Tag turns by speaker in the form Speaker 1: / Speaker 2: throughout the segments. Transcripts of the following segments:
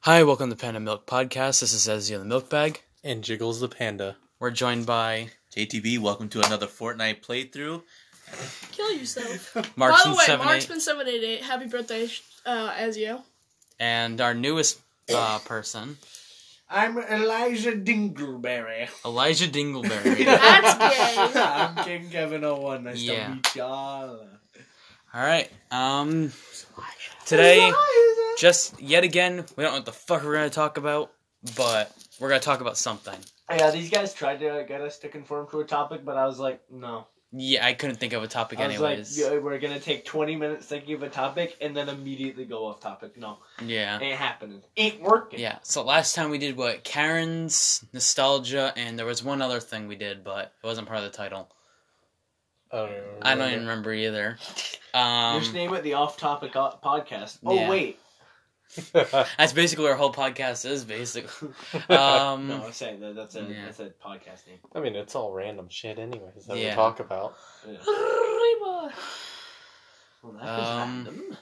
Speaker 1: Hi, welcome to Panda Milk Podcast. This is Ezio the Milk Bag.
Speaker 2: And Jiggles the Panda.
Speaker 1: We're joined by
Speaker 3: JTB, welcome to another Fortnite playthrough.
Speaker 4: Kill yourself. By the way, Mark's
Speaker 1: Markson78
Speaker 4: been 788. Happy birthday, uh, Ezio.
Speaker 1: and our newest uh, person,
Speaker 5: I'm Elijah Dingleberry.
Speaker 1: Elijah Dingleberry.
Speaker 4: That's gay.
Speaker 5: I'm King Kevin 01. Nice
Speaker 1: Yeah.
Speaker 5: to meet y'all.
Speaker 1: All right. Um, today,
Speaker 5: Elijah.
Speaker 1: just yet again, we don't know what the fuck we're going to talk about, but we're going to talk about something.
Speaker 5: Yeah, these guys tried to get us to conform to a topic, but I was like, no.
Speaker 1: Yeah, I couldn't think of a topic
Speaker 5: I was
Speaker 1: anyways.
Speaker 5: like, yeah, we're gonna take 20 minutes thinking of a topic and then immediately go off topic. No,
Speaker 1: yeah.
Speaker 5: ain't happening. Ain't working.
Speaker 1: Yeah. So last time we did what? Karen's nostalgia, and there was one other thing we did, but it wasn't part of the title.
Speaker 2: Oh,
Speaker 1: I don't even remember either. Um,
Speaker 5: Just name it the off-topic o- podcast. Oh
Speaker 1: Yeah.
Speaker 5: wait,
Speaker 2: Uh,
Speaker 1: That's basically what our whole podcast is, basically. Um,
Speaker 5: no, I'm saying that, that's a
Speaker 1: yeah.
Speaker 5: that's a podcast name.
Speaker 2: I mean, it's all random shit, anyways, that
Speaker 1: Yeah.
Speaker 2: we talk about.
Speaker 5: Yeah.
Speaker 4: Arriba.
Speaker 5: Well, that
Speaker 1: Um,
Speaker 5: was random.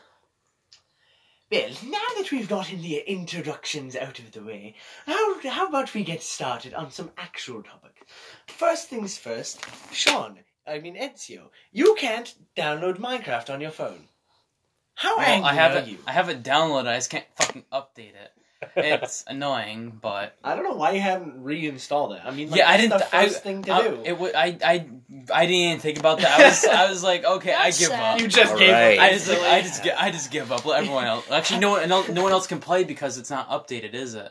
Speaker 5: Well, now that we've gotten the introductions out of the way, how, how about we get started on some actual topic? First things first, Sean, I mean Ezio, you can't download Minecraft on your phone. How
Speaker 1: well,
Speaker 5: angry
Speaker 1: I have
Speaker 5: are
Speaker 1: it.
Speaker 5: you?
Speaker 1: I have it downloaded. I just can't fucking update it. It's annoying, but
Speaker 5: I don't know why you haven't reinstalled it. I mean, like,
Speaker 1: yeah, I
Speaker 5: that's
Speaker 1: didn't.
Speaker 5: the first
Speaker 1: I,
Speaker 5: thing to
Speaker 1: I,
Speaker 5: do.
Speaker 1: It wa- I, I, I didn't even think about that. I was, I was like, okay,
Speaker 4: That's
Speaker 1: I give
Speaker 4: sad.
Speaker 1: up.
Speaker 5: you just gave
Speaker 3: Alright.
Speaker 5: it.
Speaker 1: I just, like, I just, gi- I just give up. Let everyone else. Actually, no one, no, no one else can play because it's not updated, is it?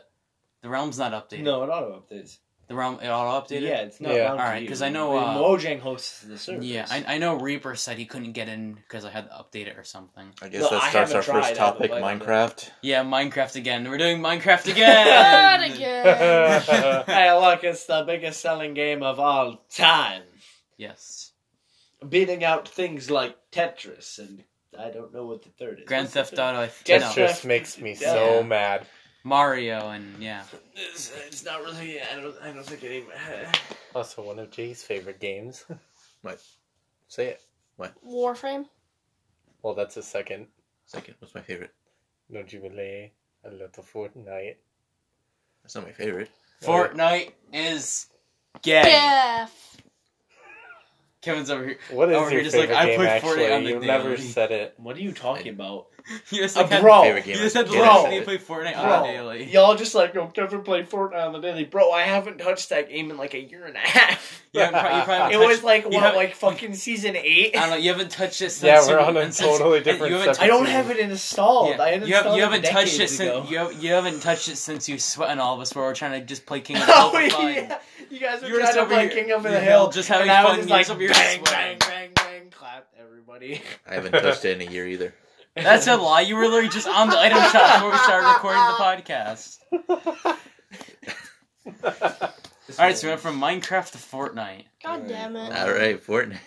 Speaker 1: The realm's not updated.
Speaker 5: No, it auto updates.
Speaker 1: The realm, it auto updated.
Speaker 5: Yeah, it's not
Speaker 2: Yeah.
Speaker 5: bound to
Speaker 1: Alright,
Speaker 5: you.
Speaker 1: 'cause I know,
Speaker 5: The
Speaker 1: uh,
Speaker 5: Mojang hosts the service.
Speaker 1: Yeah, I, I know Reaper said he couldn't get in because I had to update it or something.
Speaker 3: I guess
Speaker 5: No,
Speaker 3: that
Speaker 5: I
Speaker 3: starts
Speaker 5: haven't
Speaker 3: our
Speaker 5: tried, I
Speaker 3: first topic,
Speaker 5: haven't played
Speaker 3: Minecraft.
Speaker 1: Yeah, Minecraft again. We're doing Minecraft
Speaker 4: That
Speaker 1: again.
Speaker 4: again.
Speaker 5: hey, look, it's the biggest selling game of all time.
Speaker 1: Yes.
Speaker 5: Beating out things like Tetris and I don't know what the third is.
Speaker 1: Grand
Speaker 5: What's the
Speaker 1: Theft
Speaker 5: third?
Speaker 1: Auto, I think.
Speaker 5: Yes,
Speaker 2: That
Speaker 1: No.
Speaker 5: sir.
Speaker 2: just makes me so
Speaker 1: Yeah.
Speaker 2: mad.
Speaker 1: Mario, and yeah.
Speaker 5: It's, it's not really. I don't. I don't think any.
Speaker 2: Also, one of Jay's favorite games.
Speaker 3: What?
Speaker 2: Say it.
Speaker 4: Warframe.
Speaker 2: Well, that's a second.
Speaker 3: Second, what's my favorite?
Speaker 2: Don't you relay a little Fortnite?
Speaker 3: That's not my favorite.
Speaker 1: Fortnite is gay.
Speaker 4: Yeah.
Speaker 1: Kevin's over here.
Speaker 2: What is
Speaker 1: Oh, you're
Speaker 2: your
Speaker 1: just like,
Speaker 2: favorite
Speaker 1: I
Speaker 2: game,
Speaker 1: put
Speaker 2: actually?
Speaker 1: 40 on the
Speaker 2: you never
Speaker 1: daily.
Speaker 2: said it.
Speaker 5: What are you talking about,
Speaker 1: You just
Speaker 5: Uh,
Speaker 1: like had,
Speaker 5: bro?
Speaker 3: favorite
Speaker 1: You
Speaker 3: game.
Speaker 1: just had
Speaker 3: I
Speaker 1: the
Speaker 3: can't
Speaker 5: Bro.
Speaker 1: last
Speaker 3: say
Speaker 1: day
Speaker 3: it.
Speaker 1: play Fortnite on
Speaker 5: Bro,
Speaker 1: a daily.
Speaker 5: Y'all just like oh, Kevin played Fortnite on the daily, bro. I haven't touched that game in like a year and a half.
Speaker 1: You haven't pro- you probably haven't
Speaker 5: It was
Speaker 1: touched-
Speaker 5: like
Speaker 1: you
Speaker 5: what,
Speaker 1: haven't-
Speaker 5: like fucking season eight.
Speaker 1: I don't know. You haven't touched it since.
Speaker 2: Yeah, we're
Speaker 1: you-
Speaker 2: on a
Speaker 1: and since-
Speaker 2: totally
Speaker 1: and
Speaker 2: different
Speaker 1: you haven't
Speaker 2: subject.
Speaker 5: I don't have it installed.
Speaker 1: Yeah.
Speaker 5: I
Speaker 1: you, have,
Speaker 5: uninstalled
Speaker 1: you haven't
Speaker 5: it
Speaker 1: touched it
Speaker 5: decades ago.
Speaker 1: since you, have, you haven't touched it since you sweating all of us where we're trying to just play King of the Hill
Speaker 5: Oh,
Speaker 1: for fun.
Speaker 5: yeah. You guys were
Speaker 1: You were just
Speaker 5: trying to
Speaker 1: over
Speaker 5: play
Speaker 1: here-
Speaker 5: King of
Speaker 1: you
Speaker 5: the
Speaker 1: know,
Speaker 5: Hill,
Speaker 1: just having
Speaker 5: and I
Speaker 1: fun,
Speaker 5: was just
Speaker 1: you're
Speaker 5: like
Speaker 1: just over here
Speaker 5: bang,
Speaker 1: sweating.
Speaker 5: bang, bang, bang, clap, everybody.
Speaker 3: I haven't touched it in a year either.
Speaker 1: That's a lie. You were literally just on the item shop before we started recording the podcast. All right, so we went from Minecraft to Fortnite.
Speaker 4: God damn it.
Speaker 3: All right, Fortnite.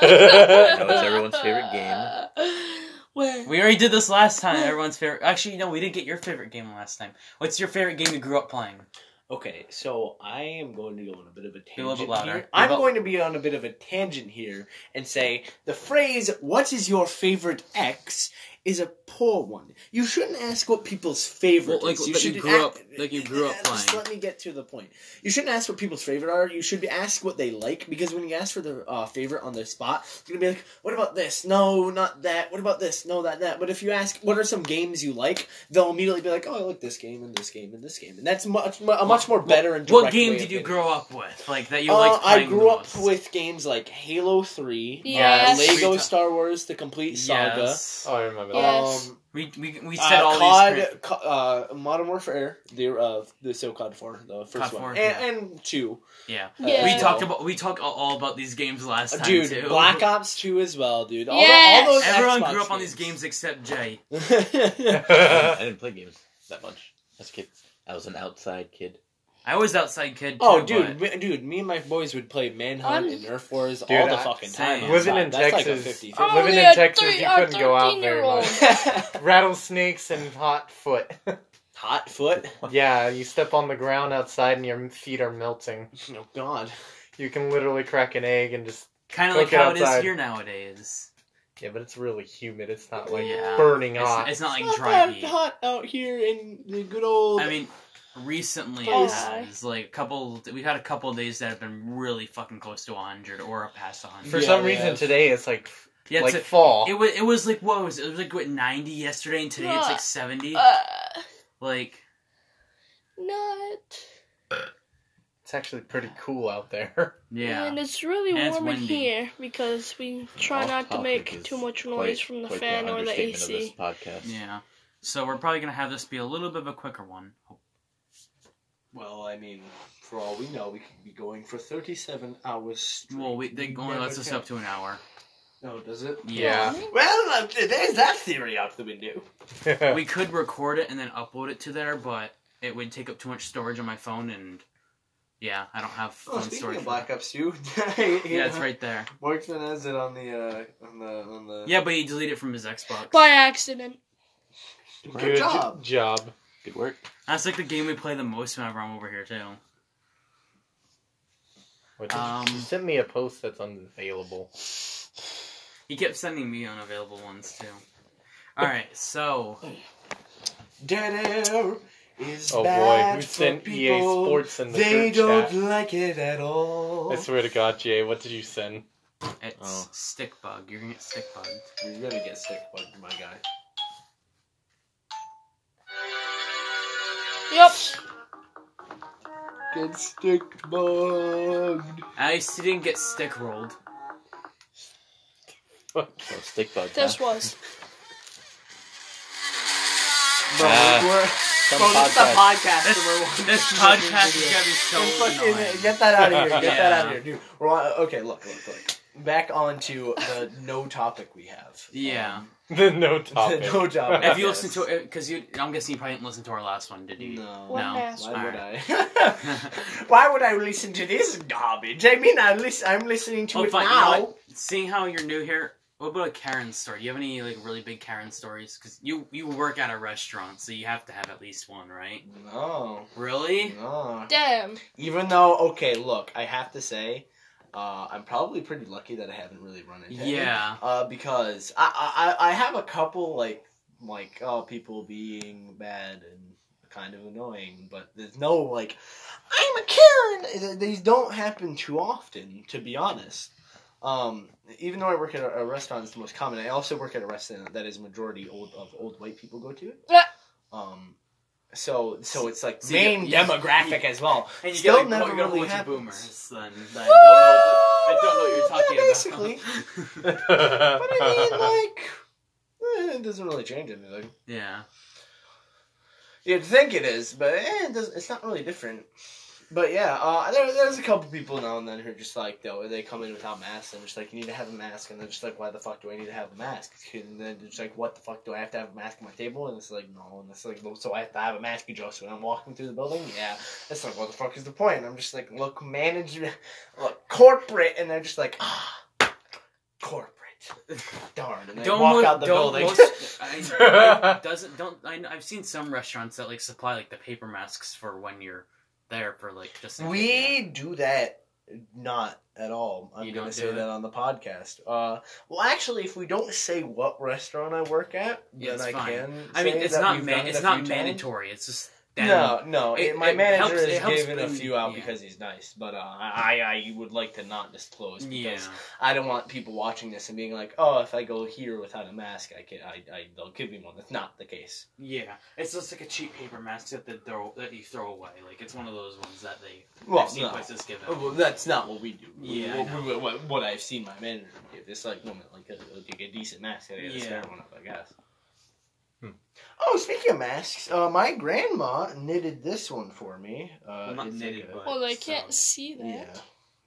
Speaker 4: That
Speaker 3: was everyone's favorite
Speaker 4: game. Where?
Speaker 1: We already did this last time. Everyone's favorite. Actually, no, we didn't get your favorite game last time. What's your favorite game you grew up playing?
Speaker 5: Okay, so I am going to go on a bit of a
Speaker 1: Be a little
Speaker 5: tangent
Speaker 1: bit louder.
Speaker 5: here.
Speaker 1: Be
Speaker 5: I'm
Speaker 1: about-
Speaker 5: going to be on a bit of a tangent here and say the phrase "What is your favorite X?" is a poor one. You shouldn't ask what people's favorite.
Speaker 1: Well, like,
Speaker 5: is.
Speaker 1: that you
Speaker 5: should
Speaker 1: grew
Speaker 5: a-
Speaker 1: up- like you grew up
Speaker 5: Just
Speaker 1: playing.
Speaker 5: let me get to the point. You shouldn't ask what people's favorite are. You should be asked what they like because when you ask for the uh, favorite on the spot, you're gonna be like, "What about this? No, not that. What about this? No, that that." But if you ask, "What are some games you like?" they'll immediately be like, "Oh, I like this game and this game and this game," and that's much mu- a much more better and direct
Speaker 1: What game
Speaker 5: way of
Speaker 1: did you
Speaker 5: getting-
Speaker 1: grow up with? Like that you
Speaker 5: uh,
Speaker 1: liked
Speaker 5: I
Speaker 1: playing
Speaker 5: grew
Speaker 1: the
Speaker 5: up
Speaker 1: most?
Speaker 5: with games like Halo Three,
Speaker 4: Yeah.
Speaker 5: uh,
Speaker 1: Yes.
Speaker 5: Lego Star Wars: The Complete Saga,
Speaker 1: Yes.
Speaker 2: Oh, I remember that.
Speaker 4: Yes.
Speaker 5: um,
Speaker 1: We we we
Speaker 5: uh,
Speaker 1: said all
Speaker 5: COD,
Speaker 1: these. Great...
Speaker 5: co- uh, Modern Warfare, the uh, the so COD Four, the
Speaker 1: COD
Speaker 5: first one,
Speaker 1: 4,
Speaker 5: and,
Speaker 1: yeah.
Speaker 5: and two.
Speaker 1: Yeah.
Speaker 4: Yeah.
Speaker 1: We
Speaker 5: Uh,
Speaker 1: talked about we talked all- all about these games last time
Speaker 5: dude,
Speaker 1: too.
Speaker 5: Black Ops Two as well, dude. All,
Speaker 4: Yes.
Speaker 5: all those
Speaker 1: Everyone
Speaker 5: Xbox
Speaker 1: grew up on these games except Jay.
Speaker 3: I didn't play games that much as a kid. I was an outside kid.
Speaker 1: I was outside kid. Too,
Speaker 5: oh, dude,
Speaker 1: but-
Speaker 5: me, dude, me and my boys would play Manhunt
Speaker 4: I'm-
Speaker 5: and Nerf Wars
Speaker 2: Dude,
Speaker 5: all the
Speaker 2: I-
Speaker 5: fucking
Speaker 1: same.
Speaker 5: time. on
Speaker 2: Living
Speaker 5: site.
Speaker 2: in
Speaker 5: That's
Speaker 2: Texas-
Speaker 5: like a 50
Speaker 2: Living
Speaker 4: Only
Speaker 2: in
Speaker 4: a
Speaker 2: Texas,
Speaker 4: three-
Speaker 2: you
Speaker 4: a
Speaker 2: couldn't go out very
Speaker 4: 13-year-old.
Speaker 2: much. Rattlesnakes and hot foot.
Speaker 5: Hot foot.
Speaker 2: yeah, you step on the ground outside and your feet are melting.
Speaker 5: Oh God.
Speaker 2: You can literally crack an egg and just
Speaker 1: Kind of
Speaker 2: Cook
Speaker 1: like how it is
Speaker 2: outside.
Speaker 1: here nowadays.
Speaker 2: Yeah, but it's really humid. It's not like
Speaker 1: Yeah.
Speaker 2: burning
Speaker 1: It's,
Speaker 2: hot.
Speaker 1: it's not like
Speaker 5: Not
Speaker 1: dry
Speaker 5: that
Speaker 1: heat.
Speaker 5: hot out here in the good old.
Speaker 1: I mean, recently
Speaker 4: Oh,
Speaker 1: it
Speaker 4: yeah.
Speaker 1: has like a couple. We've had a couple days that have been really fucking close to 100 or past 100.
Speaker 2: For
Speaker 5: Yeah,
Speaker 2: some
Speaker 5: yeah.
Speaker 2: reason today it's like
Speaker 1: yeah,
Speaker 2: like
Speaker 1: it's a-
Speaker 2: fall.
Speaker 1: it was it was like what was it? It was like what 90 yesterday, and today it's
Speaker 4: Uh,
Speaker 1: like 70.
Speaker 4: Uh,
Speaker 1: Like
Speaker 4: not.
Speaker 2: it's actually pretty cool out there.
Speaker 1: yeah,
Speaker 4: And it's really
Speaker 1: And it's
Speaker 4: warm in
Speaker 1: windy.
Speaker 4: here because we try
Speaker 3: Off
Speaker 4: not to
Speaker 3: topic
Speaker 4: make
Speaker 3: is
Speaker 4: too much
Speaker 3: Quite-
Speaker 4: noise from the
Speaker 3: quite
Speaker 4: fan or the
Speaker 3: understatement
Speaker 4: AC.
Speaker 3: Of this podcast.
Speaker 1: yeah. So we're probably gonna have this be a little bit of a quicker one.
Speaker 5: well, I mean, for all we know, we could be going for thirty-seven hours. Straight.
Speaker 1: Well, we, they only lets us up to an hour.
Speaker 5: No, does it?
Speaker 1: Yeah.
Speaker 5: Well, uh, there's that theory out the window.
Speaker 1: we could record it and then upload it to there, but it would take up too much storage on my phone, and yeah, I don't have
Speaker 5: Oh,
Speaker 1: phone
Speaker 5: speaking
Speaker 1: storage.
Speaker 5: of
Speaker 1: for
Speaker 5: Black
Speaker 1: that.
Speaker 5: Ops, you.
Speaker 1: yeah, it's right there.
Speaker 5: Marksman has it on the uh, on the on the.
Speaker 1: Yeah, but he deleted it from his Xbox.
Speaker 4: By accident.
Speaker 5: Good,
Speaker 2: Good
Speaker 5: job.
Speaker 2: job.
Speaker 3: Good work.
Speaker 1: That's like the game we play the most whenever I'm over here too.
Speaker 2: What did you-
Speaker 1: Um,
Speaker 2: you sent me a post that's unavailable.
Speaker 1: He kept sending me unavailable ones too. All right, so
Speaker 5: Dead air is
Speaker 2: Oh boy,
Speaker 5: bad
Speaker 2: who
Speaker 5: for
Speaker 2: sent EA
Speaker 5: people.
Speaker 2: Sports in the
Speaker 5: They
Speaker 2: group
Speaker 5: don't
Speaker 2: chat?
Speaker 5: like it at all.
Speaker 2: I swear to God, Jay, what did you send?
Speaker 1: it's
Speaker 3: Oh.
Speaker 1: stick bug. You're gonna get stick bugged.
Speaker 5: You're gonna get sick, bugged, my guy.
Speaker 4: Yep.
Speaker 5: Get stick bugged.
Speaker 1: At least he didn't get stick rolled.
Speaker 3: So stick bug.
Speaker 4: This
Speaker 3: huh?
Speaker 4: was.
Speaker 5: No,
Speaker 3: Ah.
Speaker 5: we're-
Speaker 3: Some
Speaker 5: Bro, this is a
Speaker 3: podcast.
Speaker 5: podcast.
Speaker 1: This,
Speaker 5: and we're watching
Speaker 1: this
Speaker 5: this
Speaker 1: podcast is
Speaker 5: video.
Speaker 1: gonna be so
Speaker 5: Just fucking
Speaker 1: annoying.
Speaker 5: get that out of here. Get that
Speaker 1: Yeah.
Speaker 5: out of here, dude. We're on, okay, look, look, look. Back on to the no topic we have. Um,
Speaker 1: Yeah.
Speaker 2: The no topic.
Speaker 5: no topic.
Speaker 1: If you
Speaker 5: Yes.
Speaker 1: listen to it, because you, I'm guessing you probably didn't listen to our last one, did you?
Speaker 5: No.
Speaker 4: What
Speaker 1: No.
Speaker 4: ass-
Speaker 5: Why would
Speaker 1: Alright.
Speaker 5: I? Why would I listen to this garbage? I mean, I listen, I'm listening to
Speaker 1: Oh,
Speaker 5: it
Speaker 1: fine, you know
Speaker 5: now.
Speaker 1: what? Seeing how you're new here, what about a Karen story? Do you have any like really big Karen stories? Because you you work at a restaurant, so you have to have at least one, right?
Speaker 5: No,
Speaker 1: Really?
Speaker 5: no.
Speaker 4: Damn.
Speaker 5: Even though, okay, look, I have to say, uh, I'm probably pretty lucky that I haven't really run into. any.
Speaker 1: Yeah.
Speaker 5: Uh, because I, I I- I have a couple like like oh people being bad and kind of annoying, but there's no like I'm a Karen. These don't happen too often, to be honest. Um, even though I work at a, a restaurant, it's the most common. I also work at a restaurant that is majority old of old white people go to.
Speaker 4: Yeah.
Speaker 5: Um, so so it's like
Speaker 1: So you-
Speaker 5: main
Speaker 1: you-
Speaker 5: demographic as well.
Speaker 1: And you
Speaker 5: Still
Speaker 1: get like,
Speaker 5: never
Speaker 1: well, you got
Speaker 5: really
Speaker 1: a bunch
Speaker 5: happens.
Speaker 1: of boomers. Then I don't know. What,
Speaker 5: Yeah,
Speaker 1: I don't know what you're talking about.
Speaker 5: But I mean, like, eh, it doesn't really change anything.
Speaker 1: yeah.
Speaker 5: You'd think it is, but eh, it does, it's not really different. But yeah, uh, there, there's a couple people now and then who are just like, though, they come in without masks and just like, you need to have a mask. And they're just like, why the fuck do I need to have a mask? And then it's like, what the fuck do I have to have a mask on my table? And it's like, no. And it's like, well, so I have to have a mask just when I'm walking through the building? Yeah. It's like, what the fuck is the point? And I'm just like, look, manager, look, corporate. And they're just like, ah, corporate. Darn. And they
Speaker 1: Don't
Speaker 5: walk
Speaker 1: look-
Speaker 5: out the
Speaker 1: don't
Speaker 5: building.
Speaker 1: most- I, I- doesn't don't I, I've seen some restaurants that like supply like the paper masks for when you're there for like just in case, yeah.
Speaker 5: We do that not at all. I'm
Speaker 1: You
Speaker 5: going to
Speaker 1: don't
Speaker 5: say
Speaker 1: do
Speaker 5: that
Speaker 1: it?
Speaker 5: on the podcast. Uh, well, actually, if we don't say what restaurant I work at,
Speaker 1: Yeah,
Speaker 5: then
Speaker 1: it's
Speaker 5: I
Speaker 1: fine.
Speaker 5: can.
Speaker 1: I mean,
Speaker 5: say
Speaker 1: it's
Speaker 5: that
Speaker 1: not
Speaker 5: we've
Speaker 1: ma-
Speaker 5: done it
Speaker 1: it's
Speaker 5: a
Speaker 1: not
Speaker 5: few
Speaker 1: mandatory. It's just them.
Speaker 5: times. No, no.
Speaker 1: It-
Speaker 5: it- my
Speaker 1: it
Speaker 5: manager
Speaker 1: helps- it
Speaker 5: has
Speaker 1: helps
Speaker 5: given a
Speaker 1: in-
Speaker 5: few out
Speaker 1: yeah.
Speaker 5: because he's nice, but uh, I, I would like to not disclose because
Speaker 1: Yeah.
Speaker 5: I don't want people watching this and being like, oh, if I go here without a mask, I can, I, I they'll give me one. That's not the case.
Speaker 1: Yeah, it's just like a cheap paper mask that they throw that you throw away. Like it's one of those ones that they
Speaker 5: Well,
Speaker 1: I've seen
Speaker 5: no.
Speaker 1: places give
Speaker 5: Oh,
Speaker 1: out.
Speaker 5: Well, that's not what we do.
Speaker 1: Yeah,
Speaker 5: what,
Speaker 1: I know.
Speaker 5: what- what- what I've seen my manager do. This like woman, like a, like a decent mask. I gotta
Speaker 1: Yeah.
Speaker 5: spare one up, I guess.
Speaker 2: Hmm.
Speaker 5: Oh, speaking of masks, uh, my grandma knitted this one for me. Uh,
Speaker 1: Well, not
Speaker 5: it's
Speaker 1: knitted,
Speaker 5: like a-
Speaker 1: but-
Speaker 4: Well, I
Speaker 1: So,
Speaker 4: can't see that.
Speaker 5: yeah,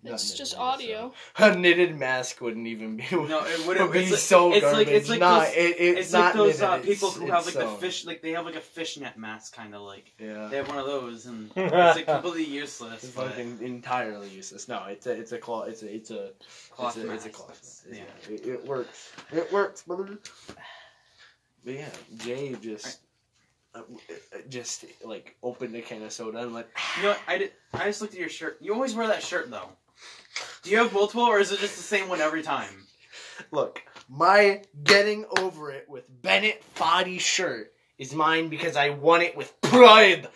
Speaker 5: Not
Speaker 4: It's
Speaker 5: knitted,
Speaker 4: just
Speaker 5: so-
Speaker 4: audio.
Speaker 5: A knitted mask wouldn't even be.
Speaker 1: No, it
Speaker 5: would
Speaker 1: wouldn't.
Speaker 5: be
Speaker 1: It's like,
Speaker 5: so
Speaker 1: it's
Speaker 5: garbage.
Speaker 1: like it's like
Speaker 5: Nah,
Speaker 1: those,
Speaker 5: it-
Speaker 1: it's,
Speaker 5: it's
Speaker 1: like
Speaker 5: not
Speaker 1: those
Speaker 5: knitted.
Speaker 1: uh,
Speaker 5: It's-
Speaker 1: people who have
Speaker 5: it's
Speaker 1: like the
Speaker 5: sewn.
Speaker 1: fish, like they have like a fishnet mask, kind of like
Speaker 5: Yeah.
Speaker 1: they have one of those, and it's like completely useless.
Speaker 5: It's
Speaker 1: but
Speaker 5: fucking entirely useless. No, it's a it's a cloth. It's a it's a
Speaker 1: Cloth
Speaker 5: It's a, it's a
Speaker 1: mask.
Speaker 5: cloth.
Speaker 1: Yeah.
Speaker 5: Yeah, it, it works. It works, brother. But yeah, Jay just uh, uh, just like opened a can of soda and went.
Speaker 1: You know, what? I did. I just looked at your shirt. You always wear that shirt though. Do you have multiple, or is it just the same one every time?
Speaker 5: Look, My getting over it with Bennett Foddy shirt is mine because I won it with pride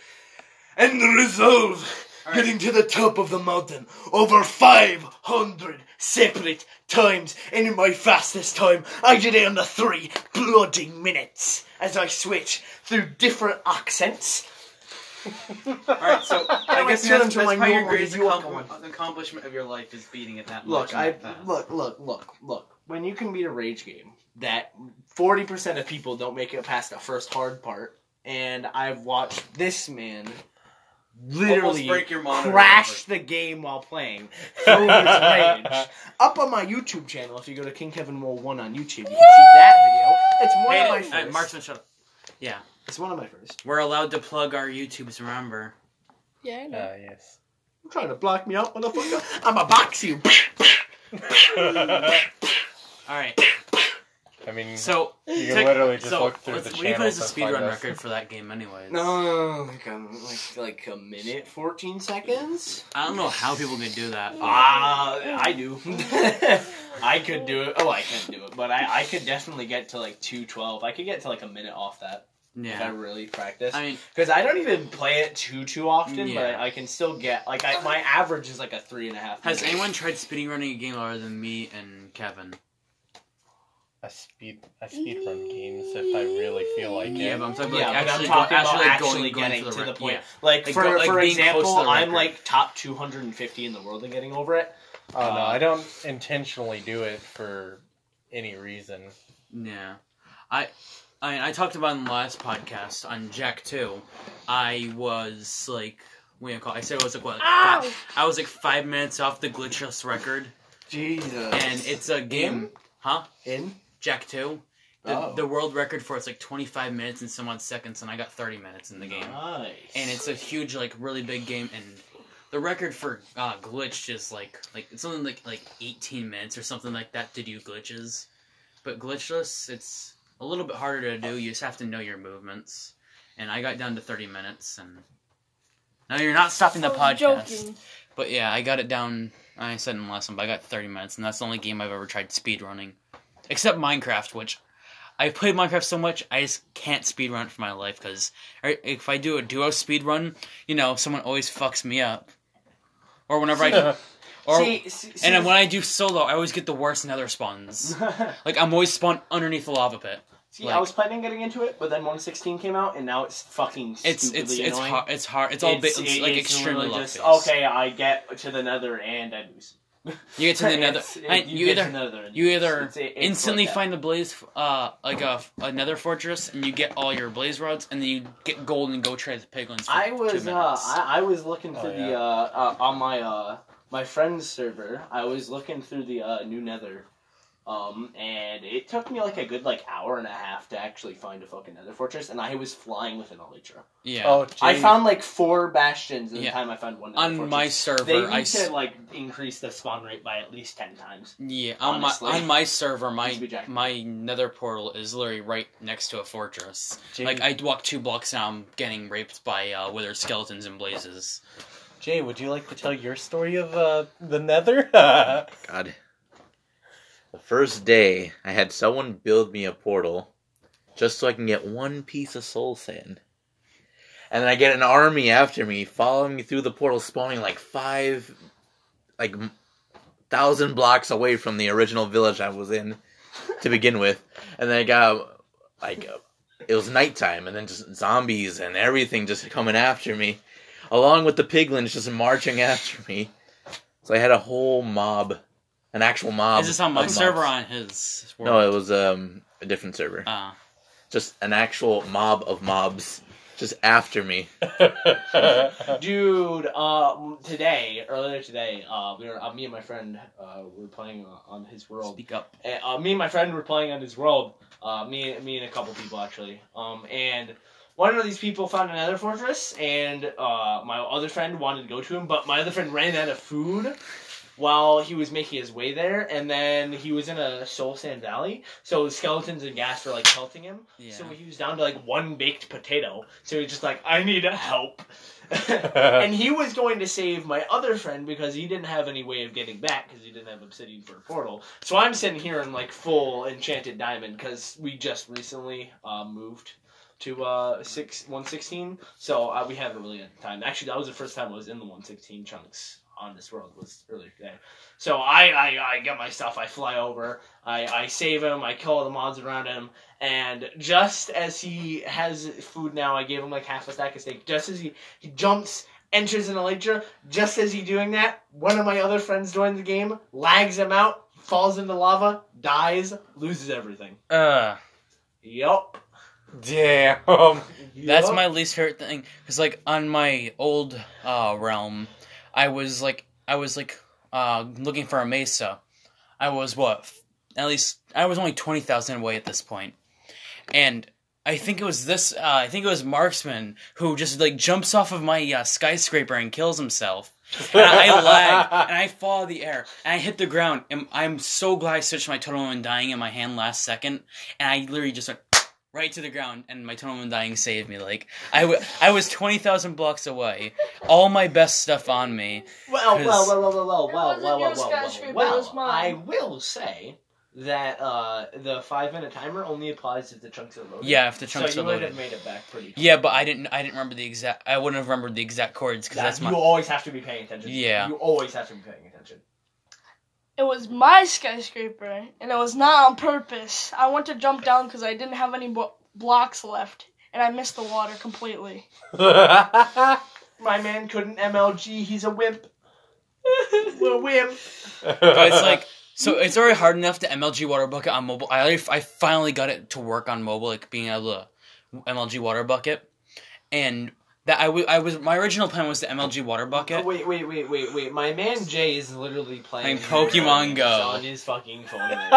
Speaker 5: and resolve.
Speaker 1: All right.
Speaker 5: Getting to the top of the mountain over 500 separate times, and in my fastest time, I did it under three bloody minutes as I switch through different accents.
Speaker 1: All right, so I
Speaker 5: I
Speaker 1: guess
Speaker 5: turned
Speaker 1: that's,
Speaker 5: to
Speaker 1: that's
Speaker 5: my
Speaker 1: probably your
Speaker 5: normal
Speaker 1: greatest
Speaker 5: New York
Speaker 1: accompli- accomplishment of your life is beating it that much.
Speaker 5: Look,
Speaker 1: and
Speaker 5: I
Speaker 1: that fast.
Speaker 5: look, look, look, look. When you can beat a rage game that forty percent of people don't make it past the first hard part, and I've watched this man literally
Speaker 1: break your monitor
Speaker 5: crash the game while playing through his rage. Up on my YouTube channel, if you go to King Kevin Roll One on YouTube, you can see that video. It's one
Speaker 1: Hey,
Speaker 5: of my
Speaker 1: hey,
Speaker 5: first.
Speaker 1: Marksman, shut up. Yeah,
Speaker 5: It's one of my first.
Speaker 1: we're allowed to plug our YouTubes. Remember,
Speaker 4: Yeah, I know.
Speaker 1: Uh,
Speaker 2: Uh,
Speaker 3: Ah, yes.
Speaker 5: I'm trying to block me out, motherfucker. I'ma box you.
Speaker 1: all right.
Speaker 2: I mean,
Speaker 1: So
Speaker 2: you can
Speaker 1: tech-
Speaker 2: literally just
Speaker 1: so
Speaker 2: look through the
Speaker 1: let's-
Speaker 2: channel.
Speaker 1: we put as a
Speaker 2: to find
Speaker 1: speedrun
Speaker 2: us.
Speaker 1: record for that game, anyways.
Speaker 5: No, like a, like like a minute, fourteen seconds.
Speaker 1: I don't know how people can do that.
Speaker 5: Ah, I do. I could do it. Oh, I couldn't do it, but I, I could definitely get to like two twelve. I could get to like a minute off that if I
Speaker 1: yeah,
Speaker 5: really practice.
Speaker 1: I mean,
Speaker 5: Because I don't even play it too too often, but
Speaker 1: Yeah.
Speaker 5: I, I can still get like I, my average is like a three and a half.
Speaker 1: has
Speaker 5: minutes.
Speaker 1: anyone tried speedrunning a game other than me and Kevin?
Speaker 2: I speed, I speedrun games if I really feel like
Speaker 1: Yeah,
Speaker 2: it.
Speaker 1: but I'm talking
Speaker 5: yeah,
Speaker 1: like
Speaker 5: but I'm
Speaker 1: actually,
Speaker 5: talking
Speaker 1: go, actually,
Speaker 5: about
Speaker 1: going,
Speaker 5: actually
Speaker 1: going
Speaker 5: getting
Speaker 1: for
Speaker 5: to the,
Speaker 1: rec-
Speaker 5: point.
Speaker 1: yeah.
Speaker 5: Like,
Speaker 1: Like,
Speaker 5: for,
Speaker 1: go- like,
Speaker 5: for
Speaker 1: being close to the
Speaker 5: example, I'm
Speaker 1: record.
Speaker 5: like top 250 in the world and getting over it.
Speaker 2: Oh no,
Speaker 5: Uh,
Speaker 2: I don't intentionally do it for any reason.
Speaker 1: Yeah, I, I, I talked about in the last podcast on Jack Two. I was like, what do you call? It? I said I was like what? like,
Speaker 4: Ow!
Speaker 1: five- I was like five minutes off the glitchless record,
Speaker 5: Jesus.
Speaker 1: and it's a game, huh?
Speaker 5: in.
Speaker 1: Jack Two. The,
Speaker 5: Oh.
Speaker 1: the world record for it's like 25 minutes and some odd seconds, and I got 30 minutes in the game.
Speaker 5: Nice.
Speaker 1: And it's a huge, like, really big game, and the record for uh, glitch is like like it's something like like 18 minutes or something like that to do glitches. But glitchless, it's a little bit harder to do. You just have to know your movements. And I got down to 30 minutes, and now you're not stopping the
Speaker 4: I was
Speaker 1: podcast.
Speaker 4: joking.
Speaker 1: But yeah, I got it down. I said in the last one, but I got 30 minutes, and that's the only game I've ever tried speedrunning. Except Minecraft, which I played Minecraft so much, I just can't speedrun it for my life, because if I do a duo speedrun, you know, someone always fucks me up. Or whenever I do. Or,
Speaker 5: See, see, see,
Speaker 1: and then when I do solo, I always get the worst nether spawns. Like, I'm always spawned underneath the lava pit.
Speaker 5: See,
Speaker 1: Like-
Speaker 5: I was planning on getting into it, but then 116 came out, and now it's fucking
Speaker 1: It's
Speaker 5: stupidly
Speaker 1: it's
Speaker 5: annoying.
Speaker 1: it's hard. It's hard. It's all ba- it's, like
Speaker 5: it's
Speaker 1: extremely
Speaker 5: literally
Speaker 1: low
Speaker 5: just,
Speaker 1: phase.
Speaker 5: Okay, I get to the nether and I lose.
Speaker 1: You get to the nether.
Speaker 5: It's-
Speaker 1: and you
Speaker 5: get
Speaker 1: either
Speaker 5: to nether and
Speaker 1: You
Speaker 5: it's-
Speaker 1: either
Speaker 5: it's- it's
Speaker 1: instantly
Speaker 5: like that.
Speaker 1: find the blaze, uh, like a another fortress, and you get all your blaze rods, and then you get gold and go trade the piglins. For
Speaker 5: I
Speaker 1: two
Speaker 5: was
Speaker 1: minutes.
Speaker 5: uh, I, I was looking for
Speaker 2: Oh,
Speaker 5: the
Speaker 2: yeah.
Speaker 5: uh, uh on my uh my friend's server. I was looking through the uh, new Nether, um, and it took me like a good like hour and a half to actually find a fucking Nether fortress, and I was flying with an Elytra.
Speaker 1: yeah.
Speaker 2: Oh,
Speaker 5: I
Speaker 2: geez.
Speaker 5: found like four bastions in the
Speaker 1: Yeah.
Speaker 5: time I found one. Nether
Speaker 1: on
Speaker 5: fortress.
Speaker 1: my
Speaker 5: they
Speaker 1: server,
Speaker 5: need
Speaker 1: I
Speaker 5: to
Speaker 1: s-
Speaker 5: like increase the spawn rate by at least ten times.
Speaker 1: yeah on my
Speaker 5: honestly.
Speaker 1: on my server, my
Speaker 5: Needs to be jacked.
Speaker 1: my nether portal is literally right next to a fortress.
Speaker 2: Jay,
Speaker 1: Like I walk two blocks and I'm getting raped by uh, wither skeletons and blazes.
Speaker 2: Jay, would you like to tell your story of uh, the Nether?
Speaker 3: God. The first day, I had someone build me a portal just so I can get one piece of soul sand. And then I get an army after me, following me through the portal, spawning like five, like, m- thousand blocks away from the original village I was in to begin with. And then I got, like, uh, it was nighttime, and then just zombies and everything just coming after me, along with the piglins just marching after me. So I had a whole mob, an actual mob.
Speaker 1: Is this on
Speaker 3: of
Speaker 1: my
Speaker 3: mobs.
Speaker 1: server or on his?
Speaker 3: Um, No, it was um a different server.
Speaker 1: Uh,
Speaker 3: Just an actual mob of mobs just after me.
Speaker 5: Dude, uh, today, earlier today, uh, we were, uh, me and my friend, uh, we were playing uh, on his world.
Speaker 1: speak up.
Speaker 5: And, uh, me and my friend were playing on his world. Uh, me, me and a couple people actually. Um, and one of these people found another fortress, and uh, my other friend wanted to go to him, but my other friend ran out of food. while he was making his way there, and then he was in a soul sand valley, so skeletons and gas were like pelting him.
Speaker 1: Yeah.
Speaker 5: So he was down to like one baked potato. So he was just like, I need help. and he was going to save my other friend because he didn't have any way of getting back because he didn't have obsidian for a portal. So I'm sitting here in like full enchanted diamond because we just recently uh, moved to uh six one sixteen. So uh, we haven't really had time. Actually, that was the first time I was in the one sixteen chunks on this world was earlier today. So I I, I get my stuff. I fly over. I I save him. I kill all the mods around him. And just as he has food now, I gave him like half a stack of steak. Just as he, he jumps, enters in a ledger, just as he's doing that, one of my other friends joins the game, lags him out, falls into lava, dies, loses everything.
Speaker 1: Uh,
Speaker 5: Yup.
Speaker 6: Damn.
Speaker 1: that's
Speaker 5: Yup.
Speaker 1: my least favorite thing. Cause like on my old uh, realm, I was like I was like uh, looking for a mesa. I was what f- at least I was only twenty thousand away at this point, and I think it was this. Uh, I think it was Marksman who just like jumps off of my uh, skyscraper and kills himself. and I lag and I fall in the air and I hit the ground. And I'm so glad I switched my totem and dying in my hand last second, and I literally just went right to the ground, and my totem and dying saved me. Like I, w- I was twenty thousand blocks away, all my best stuff on me.
Speaker 5: Well, well,
Speaker 1: 'Cause-
Speaker 5: well, well, well, well,
Speaker 4: It
Speaker 5: well,
Speaker 4: wasn't
Speaker 5: well,
Speaker 4: your
Speaker 5: well, well,
Speaker 4: skyscraper,
Speaker 5: well,
Speaker 4: it was
Speaker 5: well.
Speaker 4: mine.
Speaker 5: I will say that uh, the five minute timer only applies if the chunks are loaded.
Speaker 1: Yeah, if the chunks
Speaker 5: so
Speaker 1: are
Speaker 5: you would have
Speaker 1: loaded.
Speaker 5: made it back pretty.
Speaker 1: Yeah, but I didn't. I didn't remember the exact. I wouldn't have remembered the exact chords because
Speaker 5: That-
Speaker 1: that's
Speaker 5: you
Speaker 1: my.
Speaker 5: always have to be paying attention.
Speaker 1: Yeah.
Speaker 5: you always have to be paying attention.
Speaker 4: It was my skyscraper, and it was not on purpose. I went to jump down because I didn't have any bo- blocks left, and I missed the water completely.
Speaker 5: My man couldn't MLG. He's a wimp. What a wimp.
Speaker 1: But it's like so. It's already hard enough to MLG Water Bucket on mobile. I already- I finally got it to work on mobile, like being able to MLG Water Bucket, and that I wa- I was my original plan was to MLG Water Bucket.
Speaker 5: Oh, Wait, wait, wait, wait, wait. My man Jay is literally
Speaker 1: Playing
Speaker 5: playing
Speaker 1: Pokemon Go.
Speaker 5: on his fucking phone. right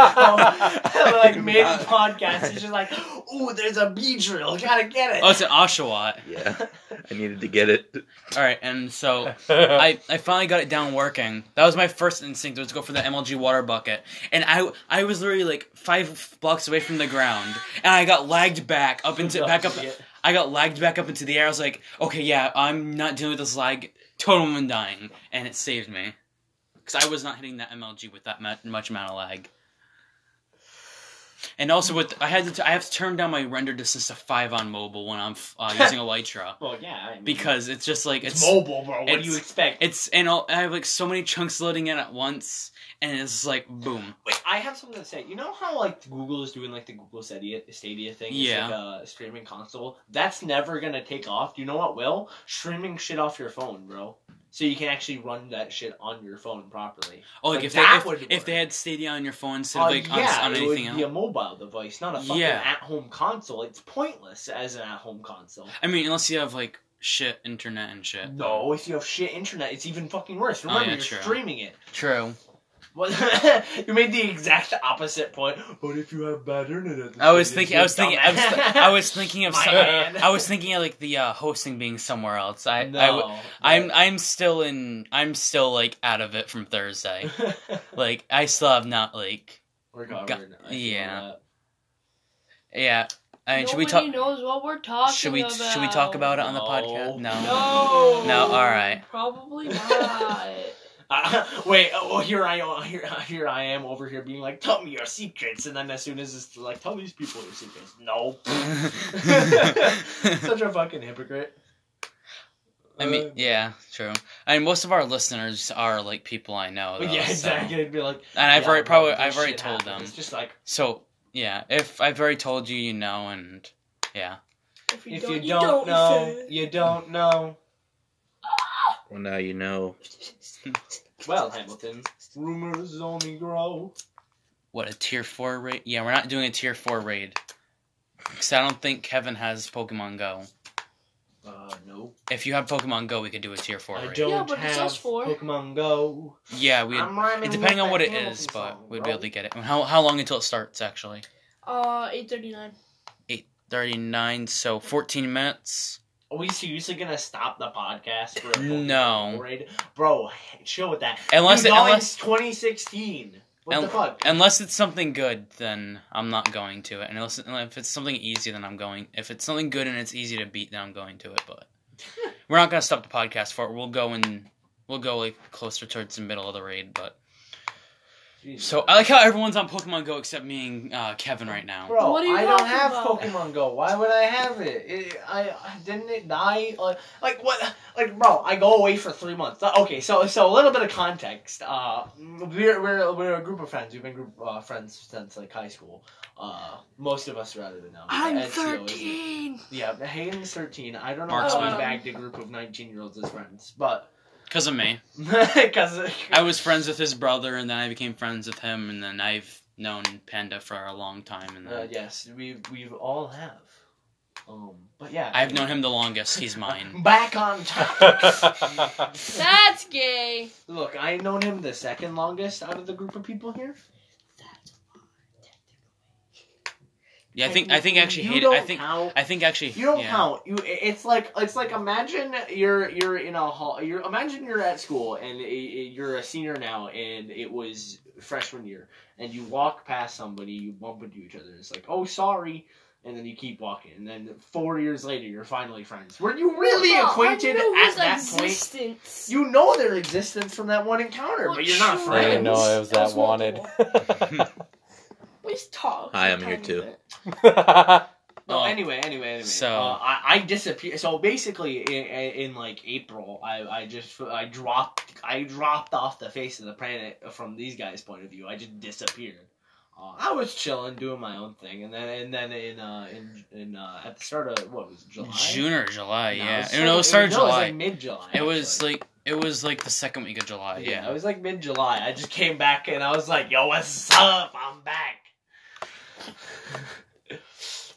Speaker 5: now. like mid podcast, he's just like, "Ooh, there's a B drill. Gotta get it."
Speaker 1: Oh, it's an Oshawott.
Speaker 3: Yeah, I needed to get it.
Speaker 1: All right, and so I, I finally got it down working. That was my first instinct was to go for the MLG water bucket, and I I was literally like five blocks away from the ground, and I got lagged back up into back up. I got lagged back up into the air. I was like, okay, yeah, I'm not dealing with this lag. Total and dying, and it saved me because I was not hitting that MLG with that mu- much amount of lag. And also with I had to t- I have to turn down my render distance to five on mobile when I'm f- uh, using Elytra
Speaker 5: Well, yeah, I mean,
Speaker 1: because it's just like
Speaker 5: it's,
Speaker 1: it's
Speaker 5: mobile, bro. What do you
Speaker 1: it's-
Speaker 5: expect?
Speaker 1: it's and all, I have like so many chunks loading in at once, and it's like boom.
Speaker 5: Wait, I have something to say. You know how like Google is doing like the Google Stadia, Stadia thing? It's
Speaker 1: Yeah.
Speaker 5: like a streaming console. That's never gonna take off. You know what will? Streaming shit off your phone, bro. So you can actually run that shit on your phone properly.
Speaker 1: Oh, like,
Speaker 5: Like,
Speaker 1: if
Speaker 5: that
Speaker 1: they
Speaker 5: would
Speaker 1: if, if they
Speaker 5: work.
Speaker 1: had Stadia on your phone instead of
Speaker 5: Uh,
Speaker 1: like on,
Speaker 5: yeah,
Speaker 1: on
Speaker 5: it
Speaker 1: anything
Speaker 5: would
Speaker 1: else.
Speaker 5: be a mobile device, not a fucking
Speaker 1: Yeah.
Speaker 5: at-home console. It's pointless as an at-home console.
Speaker 1: I mean, unless you have like shit internet and shit.
Speaker 5: No, if you have shit internet, it's even fucking worse. Remember,
Speaker 1: Uh, Oh, yeah,
Speaker 5: you're
Speaker 1: true.
Speaker 5: streaming it.
Speaker 1: True.
Speaker 5: Well, you made the exact opposite point. But if you have bad internet,
Speaker 1: I was
Speaker 5: it's
Speaker 1: thinking. I was
Speaker 5: just
Speaker 1: thinking. I was,
Speaker 5: dumbass.
Speaker 1: I was thinking of.
Speaker 5: My
Speaker 1: Some,
Speaker 5: man.
Speaker 1: I was thinking of like the uh, hosting being somewhere else. I,
Speaker 5: No,
Speaker 1: I w- I'm I'm still in. I'm still like out of it from Thursday. like I still have not like.
Speaker 5: We're covered.
Speaker 1: Got-
Speaker 5: I feel
Speaker 1: yeah.
Speaker 5: that.
Speaker 1: Yeah. I mean, should we talk?
Speaker 4: Nobody knows what we're talking
Speaker 1: Should we
Speaker 4: about.
Speaker 1: should we talk about it on the
Speaker 5: No.
Speaker 1: podcast?
Speaker 4: No.
Speaker 1: No, all right.
Speaker 4: Probably not.
Speaker 5: Uh, wait, oh, here I am, here, here I am over here being like, tell me your secrets, and then as soon as it's like, tell these people your secrets. No, such a fucking hypocrite.
Speaker 1: I
Speaker 5: Uh,
Speaker 1: mean, yeah, true. I mean, most of our listeners are like people I know.
Speaker 5: Uh,
Speaker 1: Though,
Speaker 5: yeah,
Speaker 1: so-
Speaker 5: exactly. It'd be like,
Speaker 1: And I've
Speaker 5: yeah,
Speaker 1: already
Speaker 5: bro,
Speaker 1: probably
Speaker 5: this
Speaker 1: I've already
Speaker 5: shit
Speaker 1: told
Speaker 5: happened.
Speaker 1: them.
Speaker 5: It's just like
Speaker 1: So yeah, if I've already told you, you know, and yeah,
Speaker 4: If you
Speaker 5: if
Speaker 4: don't,
Speaker 5: you
Speaker 4: you don't
Speaker 5: don't know,
Speaker 4: listen.
Speaker 5: you don't know.
Speaker 3: Well, now you know.
Speaker 5: Well, Hamilton, rumors only grow.
Speaker 1: what a tier four raid? Yeah, we're not doing a tier four raid because I don't think Kevin has Pokemon Go.
Speaker 5: Uh, no,
Speaker 1: If you have Pokemon Go, we could do a tier four
Speaker 5: I
Speaker 1: raid.
Speaker 5: don't
Speaker 4: Yeah, but it's
Speaker 5: have
Speaker 4: us four.
Speaker 5: Pokemon Go.
Speaker 1: Yeah, we.
Speaker 5: I'm rhyming
Speaker 1: Depending
Speaker 5: with
Speaker 1: on
Speaker 5: that
Speaker 1: what it
Speaker 5: Hamilton
Speaker 1: is, but
Speaker 5: song,
Speaker 1: we'd be
Speaker 5: bro.
Speaker 1: able to get it. How how long until it starts actually?
Speaker 4: Uh, eight thirty nine.
Speaker 1: Thirty nine, so fourteen minutes.
Speaker 7: Are we seriously gonna stop the podcast for a fucking
Speaker 1: No.
Speaker 7: Gatorade? bro, chill with that.
Speaker 1: Unless
Speaker 7: Dude,
Speaker 1: it-
Speaker 7: now
Speaker 1: unless-
Speaker 7: it's 2016. What the
Speaker 1: Un-
Speaker 7: fuck?
Speaker 1: Unless it's something good, then I'm not going to it. And unless if it's something easy, then I'm going. If it's something good and it's easy to beat, then I'm going to it. But we're not gonna stop the podcast for it. We'll go and we'll go like closer towards the middle of the raid. But
Speaker 7: Jesus.
Speaker 1: so I like how everyone's on Pokemon Go except me and uh, Kevin right now.
Speaker 7: Bro,
Speaker 4: What are you
Speaker 7: I don't
Speaker 4: talking
Speaker 7: have
Speaker 4: about?
Speaker 7: Pokemon Go. Why would I have it? it I I- didn't it die? Like, like what? Like bro, I go away for three months. Uh, Okay, so so a little bit of context. Uh, we're we're, we're a group of friends. We've been group uh, friends since like high school. Uh, most of us rather than now.
Speaker 4: I'm
Speaker 7: Ed's the OG.
Speaker 4: 13.
Speaker 7: Yeah, Hayden's thirteen. I don't know
Speaker 1: Mark's
Speaker 7: how we
Speaker 4: fine.
Speaker 7: bagged a group of nineteen year olds as friends, but
Speaker 1: Because of me,
Speaker 7: because
Speaker 1: I was friends with his brother, and then I became friends with him, and then I've known Panda for a long time, and then
Speaker 7: uh, yes, we we've all have. Um, but yeah,
Speaker 1: I've known him the longest. He's mine.
Speaker 7: Back on top.
Speaker 2: That's
Speaker 4: That's gay.
Speaker 7: Look, I've known him the second longest out of the group of people here.
Speaker 1: Yeah, I think I think I actually
Speaker 7: you
Speaker 1: hated.
Speaker 7: Don't
Speaker 1: I think
Speaker 7: count.
Speaker 1: I think actually
Speaker 7: You don't
Speaker 1: yeah.
Speaker 7: count. You, it's like it's like imagine you're you're in a hall. You're imagine you're at school and i- i- you're a senior now, and it was freshman year, and you walk past somebody, you bump into each other. It's like, oh, sorry, and then you keep walking, and then four years later, you're finally friends. Were you really
Speaker 4: Well,
Speaker 7: acquainted
Speaker 4: I knew
Speaker 7: at
Speaker 4: his
Speaker 7: that point?
Speaker 4: existence.
Speaker 7: You know their existence from that one encounter,
Speaker 4: Well,
Speaker 7: but you're not
Speaker 4: sure.
Speaker 2: I didn't
Speaker 7: friends.
Speaker 2: know it was
Speaker 4: That
Speaker 2: that
Speaker 4: was
Speaker 2: wanted.
Speaker 4: We just talk.
Speaker 3: Hi, I'm
Speaker 4: a
Speaker 3: here
Speaker 4: tiny
Speaker 3: too.
Speaker 4: bit.
Speaker 7: No,
Speaker 1: Oh.
Speaker 7: anyway, anyway, anyway.
Speaker 1: So-
Speaker 7: uh, I, I disappear. So basically, in, in like April, I, I just I dropped I dropped off the face of the planet from these guys' point of view. I just disappeared. Uh, I was chilling, doing my own thing, and then and then in uh, in in uh, at the start of what was it, July,
Speaker 1: June or July,
Speaker 7: No,
Speaker 1: yeah.
Speaker 7: it
Speaker 1: No, it was started
Speaker 7: no, it was,
Speaker 1: July.
Speaker 7: like mid July.
Speaker 1: It was like it was like the second week of July.
Speaker 7: yeah,
Speaker 1: Uh, Yeah.
Speaker 7: it was like mid July. I just came back and I was like, "Yo, what's up? I'm back."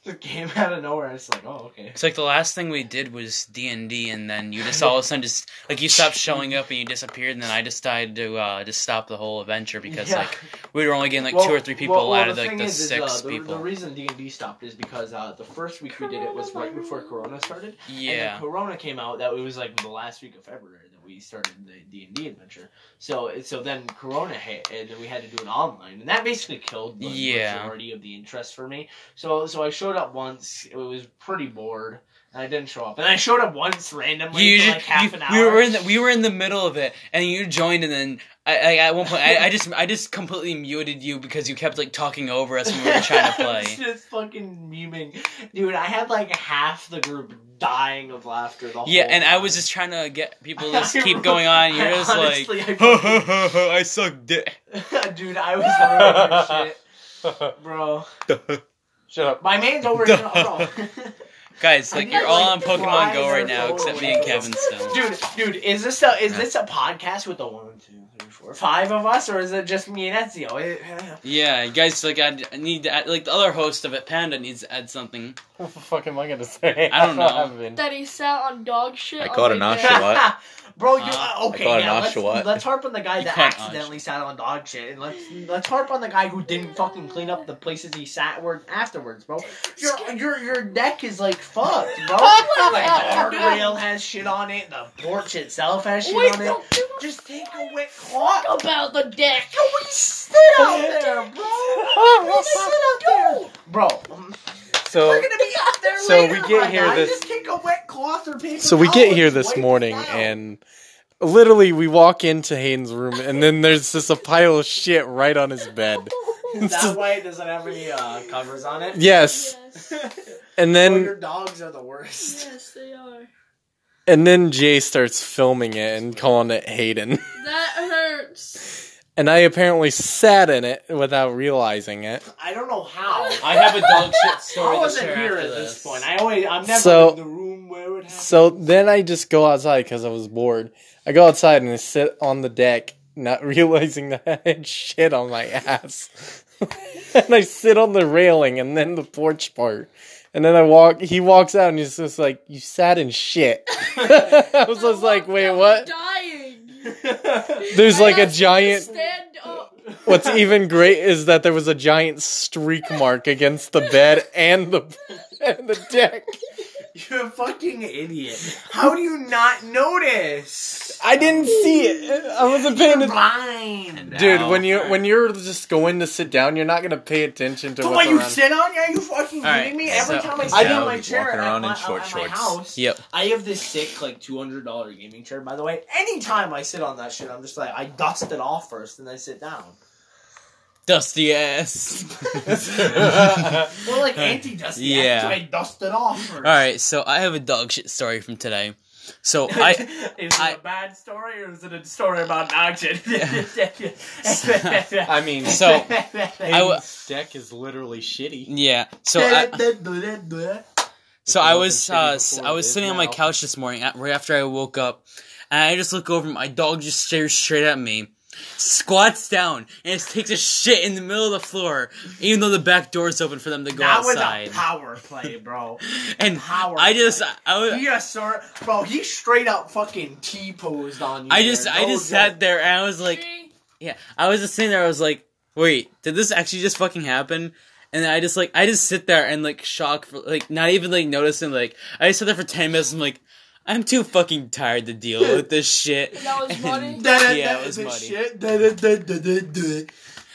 Speaker 7: Just came out of nowhere. I was like, "Oh, okay."
Speaker 1: It's like the last thing we did was D and D, and then you just all of a sudden just like you stopped showing up and you disappeared, and then I decided to uh, just stop the whole adventure because
Speaker 7: Yeah.
Speaker 1: like we were only getting like two
Speaker 7: Well-
Speaker 1: or three people
Speaker 7: well- well,
Speaker 1: out of like
Speaker 7: thing
Speaker 1: the
Speaker 7: is, is,
Speaker 1: six
Speaker 7: uh, the,
Speaker 1: people.
Speaker 7: The reason D and D stopped is because uh, the first week we did it was right before Corona started. And
Speaker 1: yeah,
Speaker 7: then Corona came out. That it was like the last week of February that we started the D and D adventure. So so then Corona hit, and then we had to do it online, and that basically killed the
Speaker 1: Yeah.
Speaker 7: majority of the interest for me. So so I showed up once. It was pretty bored. And I didn't show up, and I showed up once randomly
Speaker 1: you,
Speaker 7: for
Speaker 1: just-
Speaker 7: like half
Speaker 1: you-
Speaker 7: an hour.
Speaker 1: we were in the, we were in the middle of it, and you joined, and then I, I at one point I, I just I just completely muted you because you kept like talking over us when we were trying to play.
Speaker 7: It's just fucking memeing, dude. I had like half the group dying of laughter. The
Speaker 1: Yeah,
Speaker 7: whole
Speaker 1: and I
Speaker 7: time.
Speaker 1: was just trying to get people to just
Speaker 7: I
Speaker 1: keep
Speaker 7: re-
Speaker 1: going on. You're
Speaker 7: I
Speaker 1: just
Speaker 7: honestly,
Speaker 1: like,
Speaker 7: I
Speaker 1: ha, ha, ha, ha, I suck dick.
Speaker 7: fucking- dude, I was ruining
Speaker 2: Shut
Speaker 7: shit, bro.
Speaker 2: up.
Speaker 7: My man's over here, bro.
Speaker 1: Guys,
Speaker 7: I
Speaker 1: like
Speaker 7: did,
Speaker 1: you're all
Speaker 7: like,
Speaker 1: on Pokemon
Speaker 7: flies
Speaker 1: Go right
Speaker 7: or
Speaker 1: now,
Speaker 7: something.
Speaker 1: except me and Kevin still.
Speaker 7: dude, dude, is this a is this a podcast with the one, two, three, four, five of us, or is it just me and Ezio? It-
Speaker 1: Yeah, you guys, like I I need to add, like the other host of it, Panda, needs to add something.
Speaker 2: What the fuck am I gonna say?
Speaker 1: I don't know.
Speaker 2: haven't been-
Speaker 4: That he sat on dog shit.
Speaker 3: I
Speaker 4: on
Speaker 3: caught
Speaker 4: the
Speaker 3: an
Speaker 4: internet.
Speaker 3: Oshawa. What?
Speaker 7: Bro, you,
Speaker 1: Uh,
Speaker 7: uh, okay,
Speaker 3: I call it
Speaker 7: yeah, let's,
Speaker 3: Oshawa.
Speaker 7: let's harp on the guy
Speaker 1: You
Speaker 7: that
Speaker 1: call it
Speaker 7: accidentally sat on dog shit, and let's let's harp on the guy who didn't fucking clean up the places he sat where, afterwards, bro. Your your your deck is like fucked, bro. the guardrail has shit on it, the porch itself has shit
Speaker 4: Wait,
Speaker 7: on it.
Speaker 4: don't you
Speaker 7: Just take a wet clock.
Speaker 4: talk about the deck.
Speaker 7: Yo, we sit out there, bro. We sit out there, bro. We're
Speaker 2: So
Speaker 7: gonna be out there
Speaker 2: So
Speaker 7: later,
Speaker 2: we get
Speaker 7: my
Speaker 2: here
Speaker 7: guy.
Speaker 2: this-
Speaker 7: Just take a wet cloth or paper.
Speaker 2: so we get
Speaker 7: towel
Speaker 2: here
Speaker 7: and
Speaker 2: this
Speaker 7: wipe it
Speaker 2: morning
Speaker 7: down.
Speaker 2: and literally we walk into Hayden's room and then there's just a pile of shit right on his bed.
Speaker 7: Is that why it doesn't have any uh, covers on it?
Speaker 2: Yes.
Speaker 4: Yes.
Speaker 2: And
Speaker 7: Bro, your
Speaker 2: then
Speaker 7: dogs are the worst.
Speaker 4: Yes, they are.
Speaker 2: and then Jay starts filming it and calling it Hayden.
Speaker 4: That hurts.
Speaker 2: And I apparently sat in it without realizing it.
Speaker 7: I don't know how.
Speaker 1: I have a dog shit story
Speaker 7: I
Speaker 4: Oh,
Speaker 1: to
Speaker 7: wasn't
Speaker 1: share
Speaker 7: here
Speaker 1: after
Speaker 7: at
Speaker 1: this.
Speaker 7: this point. I always, I'm never
Speaker 2: So-
Speaker 7: in the room where it happens.
Speaker 2: So then I just go outside because I was bored. I go outside and I sit on the deck, not realizing that I had shit on my ass. and I sit on the railing and then the porch part. And then I walk, he walks out and he's just like, You sat in shit. I was just like, Wait,
Speaker 4: I'm
Speaker 2: what?
Speaker 4: Dying.
Speaker 2: There's
Speaker 4: I
Speaker 2: like a
Speaker 4: asked you to
Speaker 2: giant.
Speaker 4: Stand up.
Speaker 2: What's even great is that there was a giant streak mark against the bed and the, and the deck.
Speaker 7: You're a fucking idiot. How do you not notice?
Speaker 2: I didn't see it. I wasn't paying attention.
Speaker 7: Blind.
Speaker 2: Dude, when you when you're just going to sit down, you're not gonna pay attention to
Speaker 7: The
Speaker 2: what's
Speaker 7: way you
Speaker 2: around.
Speaker 7: sit on? Are you fucking
Speaker 1: All right,
Speaker 7: kidding me? Every
Speaker 1: so-
Speaker 7: time I
Speaker 1: so
Speaker 7: sit on my
Speaker 3: he's
Speaker 7: chair at,
Speaker 3: walking around
Speaker 7: my,
Speaker 3: in short
Speaker 7: at my
Speaker 3: shorts.
Speaker 7: house,
Speaker 2: Yep.
Speaker 7: I have this sick like two hundred dollar gaming chair. By the way, anytime I sit on that shit, I'm just like I dust it off first and then I sit down.
Speaker 1: Dusty ass.
Speaker 7: Well, like anti dusty.
Speaker 1: Yeah.
Speaker 7: Yeah, I dust it off first.
Speaker 1: All right, so I have a dog shit story from today. So I
Speaker 7: is it
Speaker 1: I-
Speaker 7: a bad story or is it a story about action?
Speaker 2: I mean,
Speaker 1: so I w-
Speaker 2: deck is literally shitty.
Speaker 1: yeah, so I
Speaker 7: I
Speaker 1: so I was
Speaker 2: It wasn't shitty
Speaker 1: uh, s-
Speaker 2: before,
Speaker 1: I
Speaker 2: it
Speaker 1: was
Speaker 2: is
Speaker 1: sitting on my
Speaker 2: now.
Speaker 1: couch this morning at, right after I woke up, and I just look over. My dog just stares straight at me, squats down, and just takes a shit in the middle of the floor, even though the back door's open for them to go
Speaker 7: that was
Speaker 1: outside.
Speaker 7: a power play, bro.
Speaker 1: and
Speaker 7: Power.
Speaker 1: I just
Speaker 7: play.
Speaker 1: I was.
Speaker 7: He just sort bro. He straight up fucking T posed on you.
Speaker 1: I just,
Speaker 7: there.
Speaker 1: I
Speaker 7: No
Speaker 1: just
Speaker 7: joke.
Speaker 1: sat there and I was like, yeah, I was just sitting there. I was like, wait, did this actually just fucking happen? And then I just like, I just sit there and like shock, for, like not even like noticing. Like I just sat there for ten minutes. I'm like, I'm too fucking tired to deal with this shit.
Speaker 4: And that was funny?
Speaker 7: Da- da-
Speaker 1: Yeah,
Speaker 7: da-
Speaker 1: it was
Speaker 7: the
Speaker 1: muddy.
Speaker 7: shit. Da- da- da- da- da- da.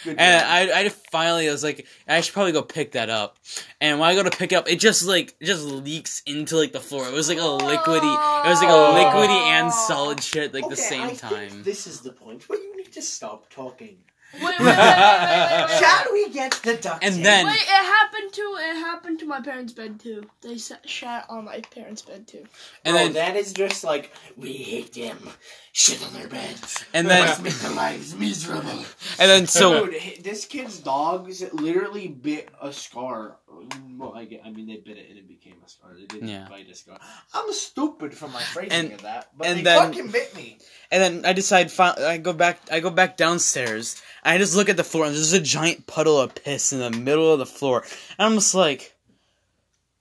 Speaker 7: Good
Speaker 1: And
Speaker 7: job.
Speaker 1: I, I finally was like, I should probably go pick that up. And when I go to pick up, it just like it just leaks into like the floor. It was like a liquidy, it was like a liquidy and solid shit like the
Speaker 5: Okay,
Speaker 1: same
Speaker 5: I think
Speaker 1: time.
Speaker 5: this is the point where you need to stop talking.
Speaker 4: Wait, wait, wait, wait, wait, wait, wait, wait.
Speaker 5: Shall we get the duck?
Speaker 1: Uh, And
Speaker 5: tape?
Speaker 1: then-
Speaker 4: Wait, it happened to it happened to my parents' bed too. They sat, shat on my parents' bed too.
Speaker 1: And
Speaker 5: Bro,
Speaker 1: then,
Speaker 5: that is just like we hate them. Shit on their beds.
Speaker 1: and then,
Speaker 5: Let's make their lives miserable.
Speaker 1: and then, so
Speaker 7: Dude, hi- this kid's dogs literally bit a scar. Well, I, get, I mean, they bit it and it became a scar. They didn't
Speaker 1: Yeah.
Speaker 7: bite a scar. I'm stupid for my phrasing
Speaker 1: And-
Speaker 7: of that, but
Speaker 1: and
Speaker 7: they
Speaker 1: then-
Speaker 7: fucking bit me.
Speaker 1: And then I decide. fi- I go back. I go back downstairs. And I just look at the floor, and there's a giant puddle of piss in the middle of the floor. And I'm just like,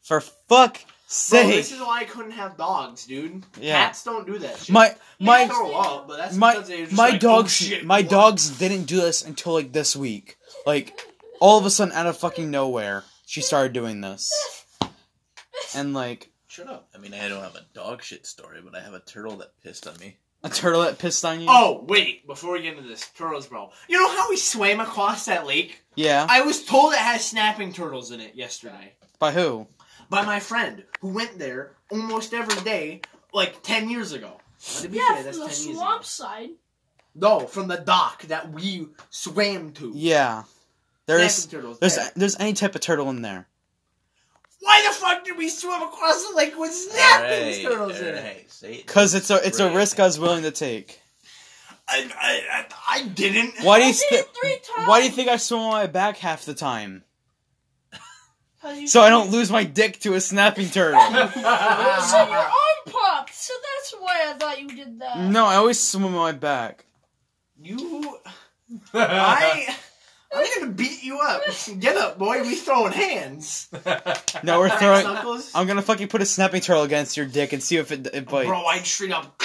Speaker 1: for fuck
Speaker 7: Bro,
Speaker 1: sake,
Speaker 7: this is why I couldn't have dogs, dude.
Speaker 1: Yeah.
Speaker 7: Cats don't do that shit.
Speaker 1: my
Speaker 7: They
Speaker 1: my
Speaker 7: throw up, but that's
Speaker 1: my
Speaker 7: because they're just
Speaker 1: my
Speaker 7: like,
Speaker 1: dogs
Speaker 7: oh, shit,
Speaker 1: my
Speaker 7: what?
Speaker 1: dogs didn't do this until like this week. Like all of a sudden, out of fucking nowhere, she started doing this. And like
Speaker 3: Shut up. I mean, I don't have a dog shit story, but I have a turtle that pissed on me.
Speaker 1: a turtle that pissed on you.
Speaker 7: Oh wait! Before we get into this, turtles, bro. You know how we swam across that lake?
Speaker 1: yeah.
Speaker 7: I was told it has snapping turtles in it yesterday.
Speaker 1: By who?
Speaker 7: by my friend who went there almost every day like 10 years ago. Well, to be
Speaker 4: Yeah,
Speaker 7: fair, that's
Speaker 4: from the
Speaker 7: 10 years
Speaker 4: swamp
Speaker 7: ago.
Speaker 4: side.
Speaker 7: No, from the dock that we swam to.
Speaker 1: Yeah. There's
Speaker 7: Snapping turtles.
Speaker 1: there's
Speaker 7: there.
Speaker 1: there's any type of turtle in there.
Speaker 7: Why the fuck did we swim across the lake with snapping turtles in it?
Speaker 3: alright, say it.
Speaker 1: Cause it's a it's a
Speaker 3: Right.
Speaker 1: risk I was willing to take.
Speaker 7: I, I, I, I didn't.
Speaker 1: Why do you
Speaker 4: I did
Speaker 1: th-
Speaker 4: it three times.
Speaker 1: Why do you think I swim on my back half the time?
Speaker 4: 'Cause you
Speaker 1: So I
Speaker 4: said-
Speaker 1: don't lose my dick to a snapping turtle.
Speaker 4: You said your arm popped, so that's why I thought you did that.
Speaker 1: No, I always swim on my back.
Speaker 7: You. I. I'm gonna beat you up. Get up, boy. We throwing hands.
Speaker 1: No, we're throwing.
Speaker 7: Knuckles.
Speaker 1: I'm gonna fucking put a snapping turtle against your dick and see if it, it bites.
Speaker 7: Bro, I straight up.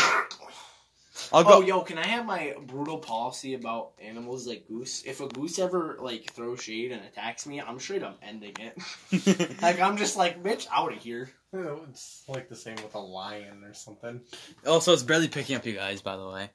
Speaker 1: I'll go.
Speaker 7: Oh, yo, can I have my brutal policy about animals like goose? If a goose ever like throws shade and attacks me, I'm straight up ending it. like I'm just like, bitch, out of here.
Speaker 2: It's like the same with a lion or something.
Speaker 1: also, it's barely picking up you guys, by the way.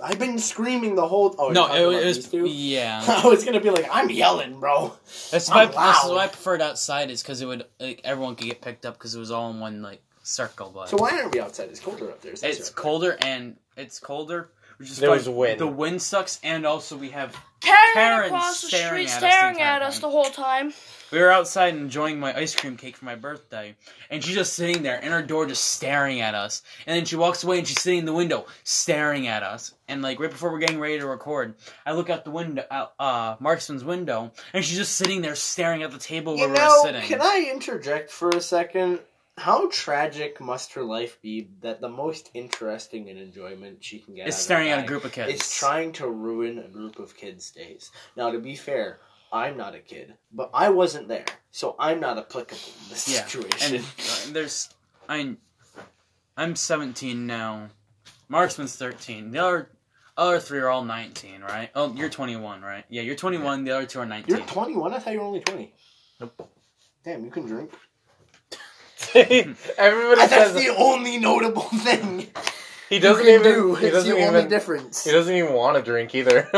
Speaker 7: I've been screaming the whole. Oh,
Speaker 1: no,
Speaker 7: you're talking
Speaker 1: it,
Speaker 7: about
Speaker 1: it
Speaker 7: these
Speaker 1: was.
Speaker 7: two?
Speaker 1: Yeah,
Speaker 7: I was gonna be like, I'm yelling, bro.
Speaker 1: that's
Speaker 7: I'm
Speaker 1: why. This is
Speaker 7: loud.
Speaker 1: why I preferred outside, is because it would like everyone could get picked up because it was all in one like circle. But
Speaker 7: So why aren't we outside? It's colder up there. It's,
Speaker 1: it's colder and it's colder. Which is
Speaker 2: There
Speaker 1: fun.
Speaker 2: was wind.
Speaker 1: The wind sucks, and also we have
Speaker 4: Karen,
Speaker 1: Karen
Speaker 4: across the
Speaker 1: staring at
Speaker 4: street,
Speaker 1: us the
Speaker 4: staring
Speaker 1: entire
Speaker 4: at us
Speaker 1: time.
Speaker 4: the whole time.
Speaker 1: We were outside enjoying my ice cream cake for my birthday, and she's just sitting there in her door, just staring at us. And then she walks away, and she's sitting in the window, staring at us. And like right before we're getting ready to record, I look out the window, out, uh, Marksman's window, and she's just sitting there, staring at the table where
Speaker 7: You
Speaker 1: we're
Speaker 7: know,
Speaker 1: sitting.
Speaker 7: can I interject for a second? How tragic must her life be that the most interesting and enjoyment she can get
Speaker 1: It's
Speaker 7: out of
Speaker 1: staring at a
Speaker 7: dying
Speaker 1: group of kids.
Speaker 7: It's trying to ruin a group of kids' days. Now, to be fair, I'm not a kid, but I wasn't there, so I'm not applicable in this
Speaker 1: Yeah,
Speaker 7: situation.
Speaker 1: And uh, there's, I'm, I'm 17 now. Marksman's 13. The other, other three are all 19, right? Oh, you're 21, right? Yeah, you're 21. The other two are 19.
Speaker 7: You're 21. I thought you were only 20.
Speaker 3: Nope.
Speaker 7: Damn, you can drink.
Speaker 2: Everybody
Speaker 5: That's
Speaker 2: says
Speaker 5: the only notable thing.
Speaker 2: he
Speaker 5: You
Speaker 2: doesn't
Speaker 5: can
Speaker 2: even.
Speaker 5: do.
Speaker 2: He
Speaker 5: It's
Speaker 2: doesn't
Speaker 5: the only
Speaker 2: even.
Speaker 5: difference.
Speaker 2: He doesn't even want to drink either.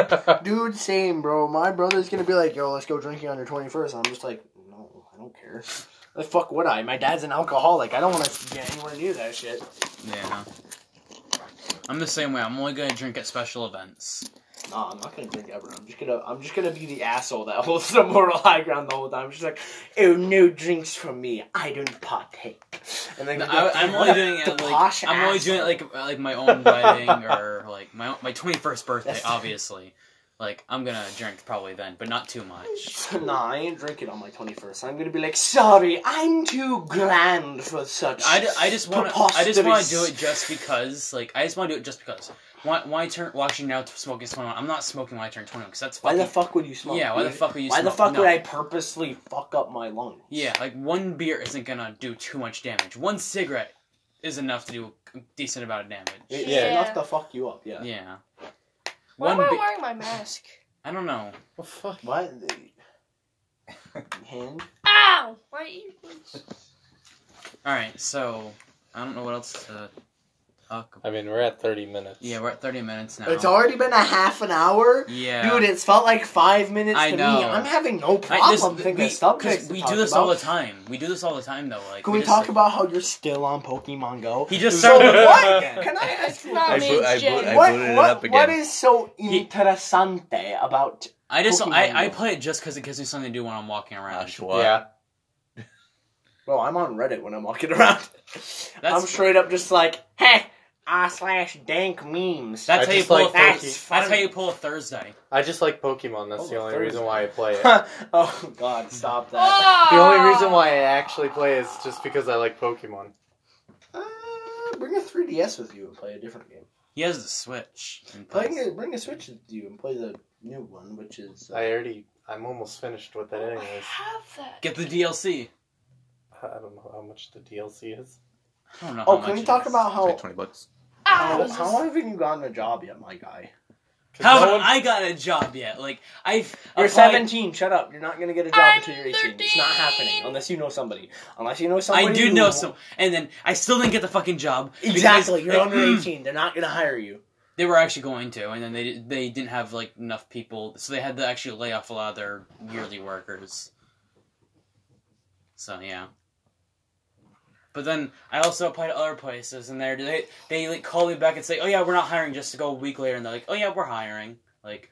Speaker 5: Dude, same, bro. My brother's gonna be like, yo, let's go drinking on your 21st. I'm just like, no, I don't care. The fuck would I? My dad's an alcoholic. I don't want to get anywhere near that shit.
Speaker 1: Yeah. I'm the same way. I'm only gonna drink at special events.
Speaker 5: No, I'm not gonna drink ever. I'm just gonna, I'm just gonna be the asshole that holds the moral high ground the whole time. She's like, oh, no drinks from me. I don't partake. And then
Speaker 1: No,
Speaker 5: you
Speaker 1: I,
Speaker 5: go,
Speaker 1: I'm
Speaker 5: "What
Speaker 1: only
Speaker 5: a-
Speaker 1: doing it
Speaker 5: the
Speaker 1: at,
Speaker 5: posh
Speaker 1: like I'm only doing it
Speaker 5: asshole."
Speaker 1: like at, like my own wedding or like my my 21st birthday,
Speaker 5: That's-
Speaker 1: obviously. Like I'm gonna drink probably then, but not too much.
Speaker 5: Nah, I ain't drinking on my 21st. I'm gonna be like, sorry, I'm too grand for such.
Speaker 1: I, ju- I just want to I just want to do
Speaker 5: preposterous-
Speaker 1: it just because. Like I just want to do it just because. Why why turn watching now t- smoking is 21? I'm not smoking when I turn 21 because that's
Speaker 5: Why
Speaker 1: fucking
Speaker 5: the fuck would you smoke?
Speaker 1: yeah. Why the
Speaker 5: dude?
Speaker 1: fuck would you?
Speaker 5: Why the
Speaker 1: smoke?
Speaker 5: fuck
Speaker 1: No.
Speaker 5: would I purposely fuck up my lung?
Speaker 1: Yeah, like one beer isn't gonna do too much damage. One cigarette is enough to do a decent amount of damage.
Speaker 5: It's
Speaker 2: Yeah.
Speaker 5: enough to fuck you up. Yeah.
Speaker 1: Yeah.
Speaker 4: Why
Speaker 1: One
Speaker 4: am I
Speaker 1: be-
Speaker 4: wearing my mask?
Speaker 1: I don't know.
Speaker 2: Well, fuck.
Speaker 5: What? Hand?
Speaker 4: Ow! My earpiece.
Speaker 1: All right, so I don't know what else to talk about.
Speaker 2: I mean, we're at thirty minutes.
Speaker 1: Yeah, we're at 30 minutes now.
Speaker 5: It's already been a half an hour.
Speaker 1: yeah.
Speaker 5: Dude, it's felt like five minutes
Speaker 1: I
Speaker 5: to me.
Speaker 1: know.
Speaker 5: I'm having no problem
Speaker 1: I- this-
Speaker 5: thinking
Speaker 1: we,
Speaker 5: of subjects.
Speaker 1: 'cause
Speaker 5: to
Speaker 1: we
Speaker 5: talk
Speaker 1: do this
Speaker 5: about.
Speaker 1: all the time. We do this all the time, though. Like,
Speaker 5: Can we
Speaker 1: just,
Speaker 5: talk
Speaker 1: like-
Speaker 5: about how you're still on Pokemon Go?
Speaker 1: He just
Speaker 5: so
Speaker 1: started-
Speaker 5: what? Can I ask
Speaker 4: That's
Speaker 5: you?
Speaker 4: not
Speaker 3: I
Speaker 4: me,
Speaker 3: bo- I
Speaker 4: it's
Speaker 3: bo-
Speaker 4: Jay.
Speaker 3: I
Speaker 5: what,
Speaker 3: booted it
Speaker 5: what,
Speaker 3: up again.
Speaker 5: what is so
Speaker 1: He-
Speaker 5: interessante about
Speaker 1: I just
Speaker 5: Pokemon
Speaker 1: I, I
Speaker 5: Go.
Speaker 1: play it just because it gives me something to do when I'm walking around.
Speaker 3: Oshawa.
Speaker 2: Yeah.
Speaker 5: Bro, I'm on Reddit when I'm walking around. I'm
Speaker 1: That's-
Speaker 5: straight up just like, hey, I slash dank memes.
Speaker 1: That's
Speaker 2: I
Speaker 1: how you
Speaker 2: just
Speaker 1: pull
Speaker 2: like
Speaker 1: a Thursday.
Speaker 5: That's
Speaker 1: That's
Speaker 5: funny.
Speaker 1: how you pull a Thursday.
Speaker 2: I just like Pokemon. That's the
Speaker 5: Oh,
Speaker 2: only
Speaker 5: Thursday.
Speaker 2: reason why I play it.
Speaker 5: oh god, stop that.
Speaker 2: The only reason why I actually play is just because I like Pokemon.
Speaker 5: Uh, bring a 3DS with you and play a different game.
Speaker 1: He has the Switch. in place.
Speaker 5: Bring a, bring a Switch with you and play the new one, which is. uh,
Speaker 2: I already, I'm almost finished with that,
Speaker 4: I
Speaker 2: anyways.
Speaker 4: have that.
Speaker 1: Get the DLC.
Speaker 2: I don't know how much the DLC is.
Speaker 1: I don't know.
Speaker 5: oh,
Speaker 1: how
Speaker 5: can
Speaker 1: much
Speaker 5: we
Speaker 1: it
Speaker 5: talk
Speaker 1: is.
Speaker 5: about
Speaker 3: It's like
Speaker 5: how.
Speaker 3: 20 bucks.
Speaker 5: How,
Speaker 4: Ow!
Speaker 5: how haven't you gotten a job yet, my guy?
Speaker 2: 'Cause
Speaker 1: How
Speaker 2: no
Speaker 1: have
Speaker 2: one-
Speaker 1: I got a job yet? Like I've
Speaker 5: You're
Speaker 1: applied-
Speaker 5: 17, shut up. You're not gonna get a job
Speaker 4: I'm
Speaker 5: until you're 18. It's not
Speaker 4: 13.
Speaker 5: happening unless you know somebody. Unless you know somebody.
Speaker 1: I do
Speaker 5: who-
Speaker 1: know some, and then I still didn't get the fucking job. because
Speaker 5: Exactly, you're
Speaker 1: they-
Speaker 5: under 18. They're not gonna hire you.
Speaker 1: They were actually going to, and then they they didn't have like enough people, so they had to actually lay off a lot of their yearly workers. So yeah. But then I also applied to other places, and they're, they they like call me back and say, "Oh yeah, we're not hiring." Just to go a week later, and they're like, "Oh yeah, we're hiring." Like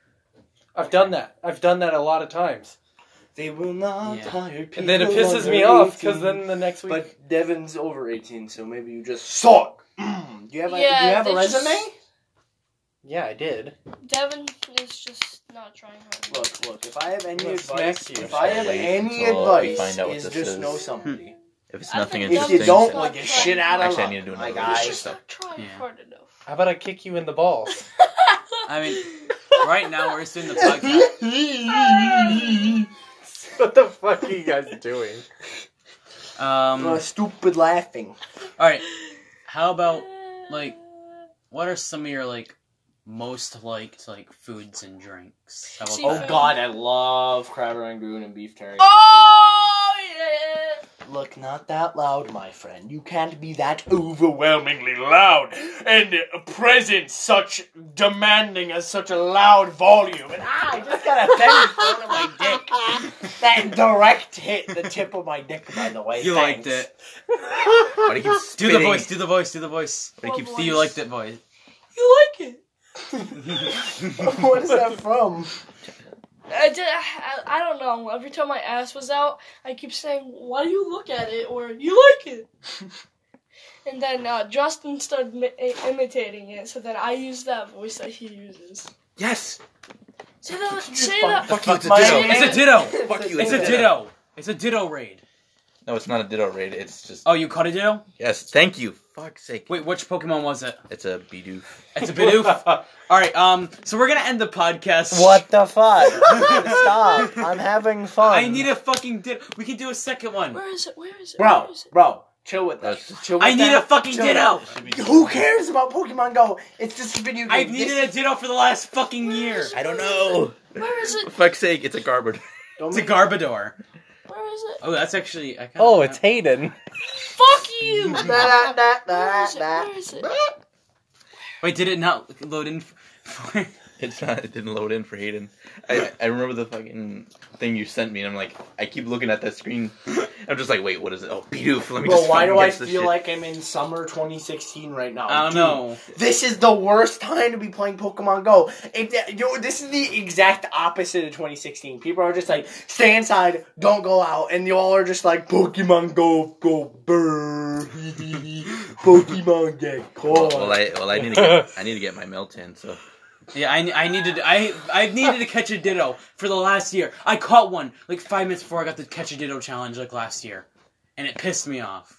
Speaker 2: I've done that. I've done that a lot of times,
Speaker 5: They will not
Speaker 1: Yeah.
Speaker 5: hire people.
Speaker 2: and then it pisses
Speaker 5: under
Speaker 2: me off
Speaker 5: 18.
Speaker 2: because then the next week.
Speaker 5: But Devin's over 18, so maybe you just suck. Mm. do you have a, do you
Speaker 4: Yeah,
Speaker 5: have a
Speaker 4: they just-
Speaker 5: resume?
Speaker 2: yeah, I did.
Speaker 4: Devin is just not trying hard. enough.
Speaker 5: Look, look. If I have any
Speaker 2: Let's
Speaker 5: advice,
Speaker 2: smack you.
Speaker 5: if I have
Speaker 3: Wait
Speaker 5: any
Speaker 3: until we
Speaker 5: advice,
Speaker 3: find out what
Speaker 5: is
Speaker 3: this
Speaker 5: just
Speaker 3: is.
Speaker 5: know somebody.
Speaker 1: Hmm.
Speaker 3: If it's
Speaker 4: I
Speaker 3: nothing
Speaker 4: think
Speaker 5: if
Speaker 4: Something
Speaker 5: you
Speaker 3: interesting,
Speaker 5: don't
Speaker 3: so-
Speaker 5: like your
Speaker 4: Actually,
Speaker 5: shit out of
Speaker 3: I
Speaker 5: luck,
Speaker 3: need to do
Speaker 5: my
Speaker 3: another
Speaker 5: guy.
Speaker 4: He's
Speaker 3: research.
Speaker 4: just not trying
Speaker 1: Yeah.
Speaker 4: hard enough.
Speaker 2: How about I kick you in the balls?
Speaker 1: I mean, right now we're just doing the podcast.
Speaker 2: what the fuck are you guys doing?
Speaker 1: Um,
Speaker 5: Uh, stupid laughing.
Speaker 1: all right, how about like what are some of your like most liked like foods and drinks? How about
Speaker 4: Seafood.
Speaker 1: that?
Speaker 5: Oh god, I love crab rangoon and beef teriyaki.
Speaker 4: Oh yeah!
Speaker 5: Look, not that loud, my friend. You can't be that overwhelmingly loud and present such demanding as such a loud volume. And ah, I just got a bend front of my dick. That direct hit the tip of my dick, by the way.
Speaker 1: You
Speaker 5: Thanks.
Speaker 1: liked it.
Speaker 3: Why do you keep
Speaker 1: Do the
Speaker 3: spitting?
Speaker 1: voice. Do the voice. Do the voice.
Speaker 3: Why do you
Speaker 4: What
Speaker 1: Do
Speaker 3: keep
Speaker 1: you like that voice?
Speaker 4: You like it?
Speaker 5: what is that from?
Speaker 4: I, did, I, I don't know. Every time my ass was out, I keep saying, "Why do you look at it?" or "You like it." and then uh, Justin started mi- i- imitating it, so then I used that voice that he uses.
Speaker 3: Yes!
Speaker 4: Say that.
Speaker 5: Just
Speaker 4: Say that.
Speaker 5: fuck-
Speaker 3: Fuck you, it's a
Speaker 5: My
Speaker 3: ditto.
Speaker 4: man.
Speaker 1: It's a ditto.
Speaker 3: Fuck you,
Speaker 1: It's a ditto. It's a ditto raid.
Speaker 3: No, it's not a ditto raid. It's just.
Speaker 1: Oh, you caught a ditto?
Speaker 3: Yes, thank you. Fuck's sake.
Speaker 1: Wait, which Pokemon was it?
Speaker 3: It's a Bidoof.
Speaker 1: It's a Bidoof. All right. Um. So we're gonna end the podcast.
Speaker 5: What the fuck? Stop! I'm having fun.
Speaker 1: I need a fucking ditto. We can do a second one.
Speaker 4: Where is it? Where is it?
Speaker 5: bro,
Speaker 4: Where is it?
Speaker 5: bro. Chill with that.
Speaker 3: That's-
Speaker 5: Chill with
Speaker 1: I need a
Speaker 5: that.
Speaker 1: fucking
Speaker 5: Chill
Speaker 1: ditto.
Speaker 5: Who cares about Pokemon Go? It's just a video game.
Speaker 1: I've
Speaker 5: This-
Speaker 1: needed a ditto for the last fucking year.
Speaker 3: I don't know.
Speaker 4: Where is it?
Speaker 3: For fuck's sake, it's a Garbodor.
Speaker 5: Don't
Speaker 1: It's a
Speaker 5: make-
Speaker 1: Garbodor.
Speaker 4: Where is it?
Speaker 1: Oh, that's actually. I kinda,
Speaker 2: Oh, it's Hayden.
Speaker 4: Fuck you! Where is
Speaker 8: Where
Speaker 4: it? Where is it?
Speaker 1: Wait, did it not load in? For...
Speaker 3: It's not. It didn't load in for Hayden. I, I remember the fucking thing you sent me, and I'm like, I keep looking at that screen. I'm just like, wait, what is it? Oh, Bidoof. Let me
Speaker 5: Bro,
Speaker 3: just.
Speaker 5: why
Speaker 3: fucking
Speaker 5: do I
Speaker 3: guess
Speaker 5: feel
Speaker 3: this shit.
Speaker 5: like I'm in summer 2016 right now?
Speaker 1: I don't
Speaker 5: Dude,
Speaker 1: know.
Speaker 5: This is the worst time to be playing Pokemon Go. It, yo, this is the exact opposite of 2016. People are just like, stay inside, don't go out, and you all are just like, Pokemon Go, go, brr, hee, hee, hee, Pokemon get
Speaker 3: Well,
Speaker 5: caught.
Speaker 3: well, I well I need to get I need to get my Meltan. So
Speaker 1: Yeah, I, I needed I I needed to catch a ditto for the last year. I caught one like five minutes before I got the catch a ditto challenge like last year, and it pissed me off.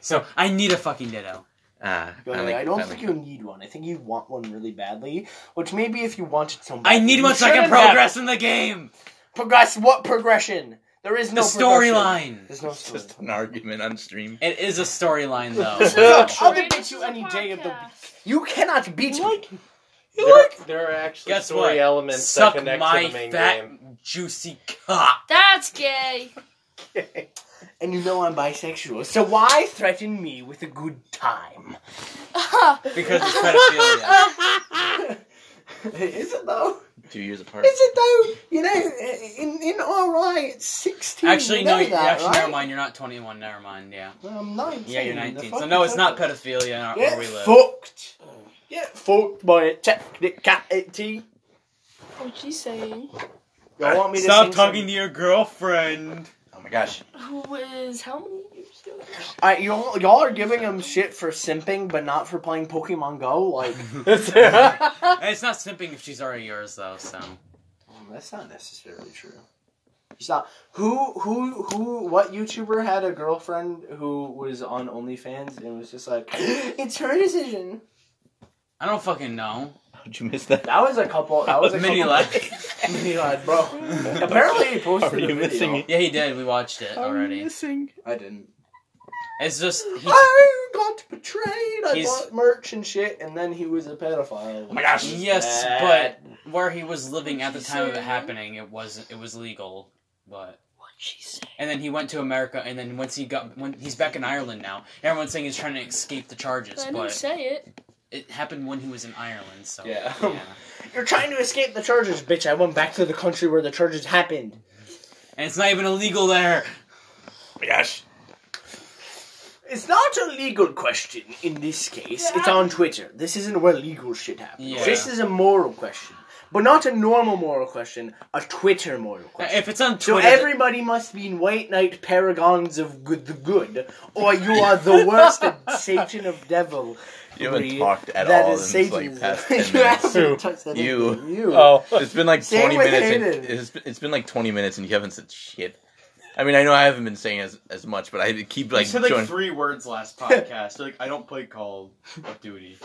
Speaker 1: So I need a fucking ditto.
Speaker 3: ah,
Speaker 5: Go
Speaker 3: finally-
Speaker 5: ahead. I don't
Speaker 3: finally.
Speaker 5: think you need one. I think you want one really badly, which maybe if you wanted so much.
Speaker 1: I need
Speaker 5: you
Speaker 1: one so I can
Speaker 5: shouldn't have
Speaker 1: progress in the game.
Speaker 5: it. Progress what progression? There is
Speaker 1: The
Speaker 5: no progression.
Speaker 1: storyline.
Speaker 5: There's no
Speaker 3: It's
Speaker 5: storyline.
Speaker 3: just an argument on stream.
Speaker 1: It is a storyline
Speaker 5: This is
Speaker 1: though.
Speaker 5: a- I'll
Speaker 4: Trey,
Speaker 5: debate
Speaker 4: this
Speaker 5: you
Speaker 4: is a
Speaker 5: any day of the.
Speaker 4: podcast.
Speaker 5: You cannot beat me.
Speaker 2: There, there are actually
Speaker 1: Guess
Speaker 2: story
Speaker 1: what?
Speaker 2: elements
Speaker 1: Suck
Speaker 2: that connect to the
Speaker 1: my
Speaker 2: main
Speaker 1: fat
Speaker 2: game.
Speaker 1: juicy cock.
Speaker 4: That's gay.
Speaker 5: And you know I'm bisexual, so why threaten me with a good time?
Speaker 1: Because it's pedophilia.
Speaker 5: is it though?
Speaker 3: Two years apart.
Speaker 5: Is it though? You know, in in RI it's sixteen.
Speaker 1: Actually,
Speaker 5: you
Speaker 1: no.
Speaker 5: know
Speaker 1: you-
Speaker 5: that,
Speaker 1: Actually,
Speaker 5: right?
Speaker 1: never mind. You're not 21. Never mind. Yeah.
Speaker 5: I'm nineteen.
Speaker 1: Yeah, you're
Speaker 5: the
Speaker 1: 19. So
Speaker 5: fucking
Speaker 1: no, it's not
Speaker 5: fuck.
Speaker 1: pedophilia. Not where we
Speaker 5: Get
Speaker 1: live.
Speaker 5: fucked. Get fucked by a technicality.
Speaker 4: What's she saying?
Speaker 5: Y'all want me to sing some...
Speaker 1: to your girlfriend.
Speaker 3: Oh my gosh.
Speaker 4: Who is how many years ago?
Speaker 5: I, y'all, y'all are giving him shit for simping, but not for playing Pokemon Go. Like
Speaker 1: And it's not simping if she's already yours though. So
Speaker 5: Well, that's not necessarily true. It's not who who who what YouTuber had a girlfriend who was on OnlyFans and was just like it's her decision.
Speaker 1: I don't fucking know.
Speaker 3: How'd you miss that?
Speaker 5: That was a couple that was a
Speaker 1: Mini
Speaker 5: couple,
Speaker 1: lad.
Speaker 5: mini lad, bro. Apparently he posted
Speaker 3: Are you
Speaker 5: a video.
Speaker 3: missing it?
Speaker 1: Yeah, he did. We watched it already.
Speaker 5: I didn't.
Speaker 1: It's just he,
Speaker 7: Ah!
Speaker 5: I got betrayed. I
Speaker 1: He's-
Speaker 5: bought merch and shit, and then he was a pedophile. Oh
Speaker 3: my gosh.
Speaker 1: yes, but where he was living at the
Speaker 4: What'd she
Speaker 1: time of
Speaker 4: say?
Speaker 1: it happening, it was it was legal. But
Speaker 4: What'd she say?
Speaker 1: and then he went to America, and then once he got when he's back in Ireland now, everyone's saying he's trying to escape the charges,
Speaker 4: I didn't
Speaker 1: but
Speaker 4: say it.
Speaker 1: it happened when he was in Ireland. So
Speaker 5: Yeah. You're trying to escape the charges, bitch. I went back to the country where the charges happened.
Speaker 1: and it's not even illegal there.
Speaker 3: Oh my gosh.
Speaker 5: It's not a legal question in this case.
Speaker 4: Yeah.
Speaker 5: It's on Twitter. This isn't where legal shit happens.
Speaker 1: Yeah.
Speaker 5: This is a moral question. But not a normal moral question, a Twitter moral question.
Speaker 1: If it's on
Speaker 5: so
Speaker 1: Twitter,
Speaker 5: everybody must be white knight paragons of good the good, or you are the worst and Satan of devil.
Speaker 3: You haven't
Speaker 5: breed
Speaker 3: talked at
Speaker 5: that
Speaker 3: all
Speaker 5: is
Speaker 3: in like
Speaker 5: Satan's. you
Speaker 3: past ten minutes.
Speaker 5: haven't touched that
Speaker 3: You.
Speaker 5: anything. You.
Speaker 2: Oh,
Speaker 3: It's been like
Speaker 5: Same
Speaker 3: twenty
Speaker 5: with
Speaker 3: minutes. And
Speaker 5: Hayden.
Speaker 3: it's, it's been like twenty minutes, and you haven't said shit. I mean, I know I haven't been saying as as much, but I keep like
Speaker 7: you said like
Speaker 3: joining-
Speaker 7: three words last podcast. You're like, I don't play Call of Duty.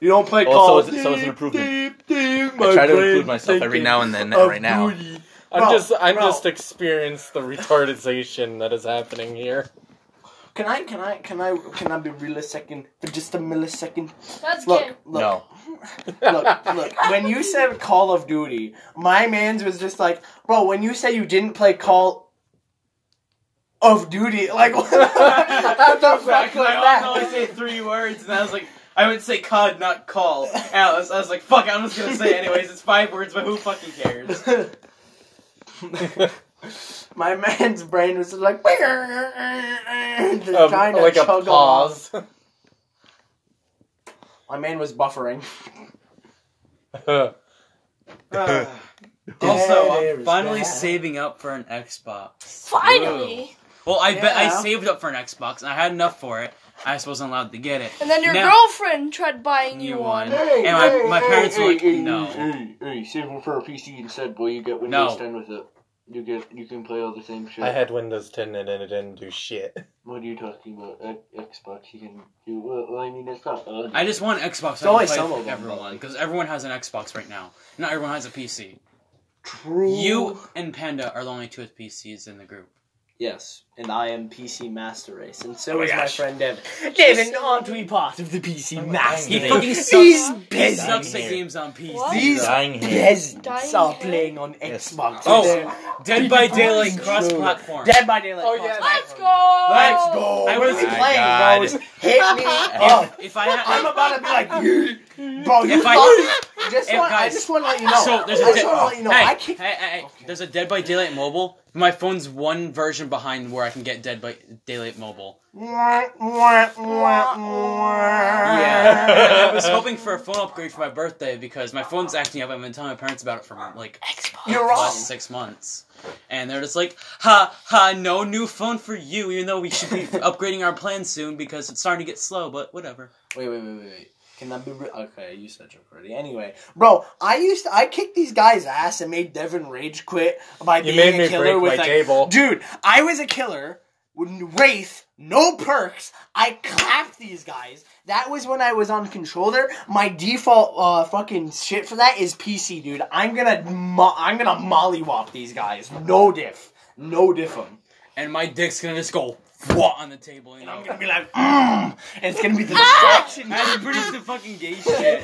Speaker 5: You don't play
Speaker 3: Oh, so
Speaker 5: Call of
Speaker 3: it's- so it's
Speaker 5: Duty,
Speaker 3: an improvement.
Speaker 5: Duty,
Speaker 3: I
Speaker 5: my
Speaker 3: try to
Speaker 5: friend,
Speaker 3: include myself every
Speaker 5: thinking
Speaker 3: now and then.
Speaker 5: of
Speaker 3: Right now,
Speaker 5: Duty.
Speaker 2: I'm
Speaker 5: Bro,
Speaker 2: just I'm
Speaker 5: bro.
Speaker 2: just experienced the retardization that is happening here.
Speaker 5: Can I can I can I can I be real a second for just a millisecond?
Speaker 4: That's gay.
Speaker 5: Look, look,
Speaker 3: no.
Speaker 5: look, look. When you said Call of Duty, my man's was just like, bro. When you say you didn't play Call of Duty, like what the fuck
Speaker 7: Exactly. Oh,
Speaker 5: was
Speaker 7: I also only
Speaker 5: that?
Speaker 7: said three words, and I was like, I would say COD, not call. Alice, I was like, fuck, I'm just gonna say it anyways. It's five words, but who fucking cares?
Speaker 5: My man's brain was just like, just
Speaker 2: Of-
Speaker 5: trying to
Speaker 2: like a
Speaker 5: chug along.
Speaker 2: pause.
Speaker 5: My man was buffering.
Speaker 1: also,
Speaker 5: There
Speaker 1: I'm
Speaker 5: is
Speaker 1: finally
Speaker 5: that.
Speaker 1: saving up for an Xbox.
Speaker 4: Finally.
Speaker 1: Well, I bet I
Speaker 5: Yeah.
Speaker 1: saved up for an Xbox and I had enough for it. I just wasn't allowed to get it.
Speaker 4: And then your
Speaker 1: Now-
Speaker 4: girlfriend tried buying you
Speaker 1: You
Speaker 4: one.
Speaker 1: won. And my- my parents were like, "No."
Speaker 5: Hey, hey, save them for a PC instead, boy. You get
Speaker 1: No.
Speaker 5: Windows 10 with it. You get, you can play all the same shit.
Speaker 2: I had Windows 10 and it didn't do shit.
Speaker 5: What are you talking about? X- Xbox, you can do. Well, I mean, it's not. Uh,
Speaker 1: I just want an Xbox. so I
Speaker 5: always
Speaker 1: can
Speaker 5: some
Speaker 1: play
Speaker 5: of
Speaker 1: with
Speaker 5: them,
Speaker 1: everyone because everyone has an Xbox right now. Not everyone has a PC.
Speaker 5: true.
Speaker 1: You and Panda are the only two with PCs in the group.
Speaker 7: Yes, and I am PC Master Race, and so
Speaker 3: my
Speaker 7: is Oh my
Speaker 3: gosh.
Speaker 7: friend Devin. Oh Devin, aren't we part of the PC Master
Speaker 3: dang it.
Speaker 7: Race?
Speaker 1: He
Speaker 7: These
Speaker 1: sucks. He
Speaker 7: peasants,
Speaker 1: sucks at
Speaker 3: here.
Speaker 1: games on PC.
Speaker 4: What?
Speaker 7: these
Speaker 3: Dying here.
Speaker 7: peasants
Speaker 4: Dying
Speaker 7: are
Speaker 4: here.
Speaker 7: playing on
Speaker 3: Yes.
Speaker 7: Xbox.
Speaker 1: Oh.
Speaker 7: They're
Speaker 1: Dead by Daylight cross-platform.
Speaker 7: Dead by Daylight.
Speaker 9: Oh, yeah.
Speaker 4: Let's go.
Speaker 7: Let's go.
Speaker 1: I
Speaker 7: what
Speaker 1: was-
Speaker 7: is he
Speaker 3: My
Speaker 7: playing,
Speaker 3: God.
Speaker 7: bros? Hit me Oh. up.
Speaker 1: If I had,
Speaker 7: I'm about to be like, "Yeah." bro, you
Speaker 1: If I-
Speaker 7: fucking- just
Speaker 1: if
Speaker 7: want, I
Speaker 1: guys-
Speaker 7: just want to let you know.
Speaker 1: So there's a
Speaker 7: I just
Speaker 1: dead-
Speaker 7: want to let you know.
Speaker 1: hey,
Speaker 7: I kick
Speaker 1: hey, hey, hey, there's a Dead by Daylight mobile. My phone's one version behind where I can get Dead by Daylight mobile.
Speaker 7: Yeah.
Speaker 1: I was hoping for a phone upgrade for my birthday because my phone's acting up. I've been telling my parents about it for like
Speaker 7: You're
Speaker 1: the
Speaker 7: wrong.
Speaker 1: last six months, and they're just like, "Ha ha, no new phone for you." Even though we should be upgrading our plan soon because it's starting to get slow. But whatever.
Speaker 7: Wait, wait, wait, wait, wait. Can that be re- okay? I used that joke already. Anyway, bro, I used to, I kicked these guys' ass and made Devin rage quit by
Speaker 2: You
Speaker 7: being
Speaker 2: made
Speaker 7: a
Speaker 2: me
Speaker 7: killer
Speaker 2: break
Speaker 7: with
Speaker 2: my
Speaker 7: like,
Speaker 2: table.
Speaker 7: dude, I was a killer. with Wraith, no perks. I clapped these guys. That was when I was on controller. My default uh, fucking shit for that is PC, dude. I'm gonna mo- I'm gonna mollywop these guys. No diff, no diff 'em.
Speaker 1: And my dick's gonna just go what on the table. You
Speaker 7: And I'm
Speaker 1: know?
Speaker 7: gonna be like, mm, and it's gonna be the
Speaker 4: Ah!
Speaker 7: distraction.
Speaker 1: That's pretty the fucking gay shit.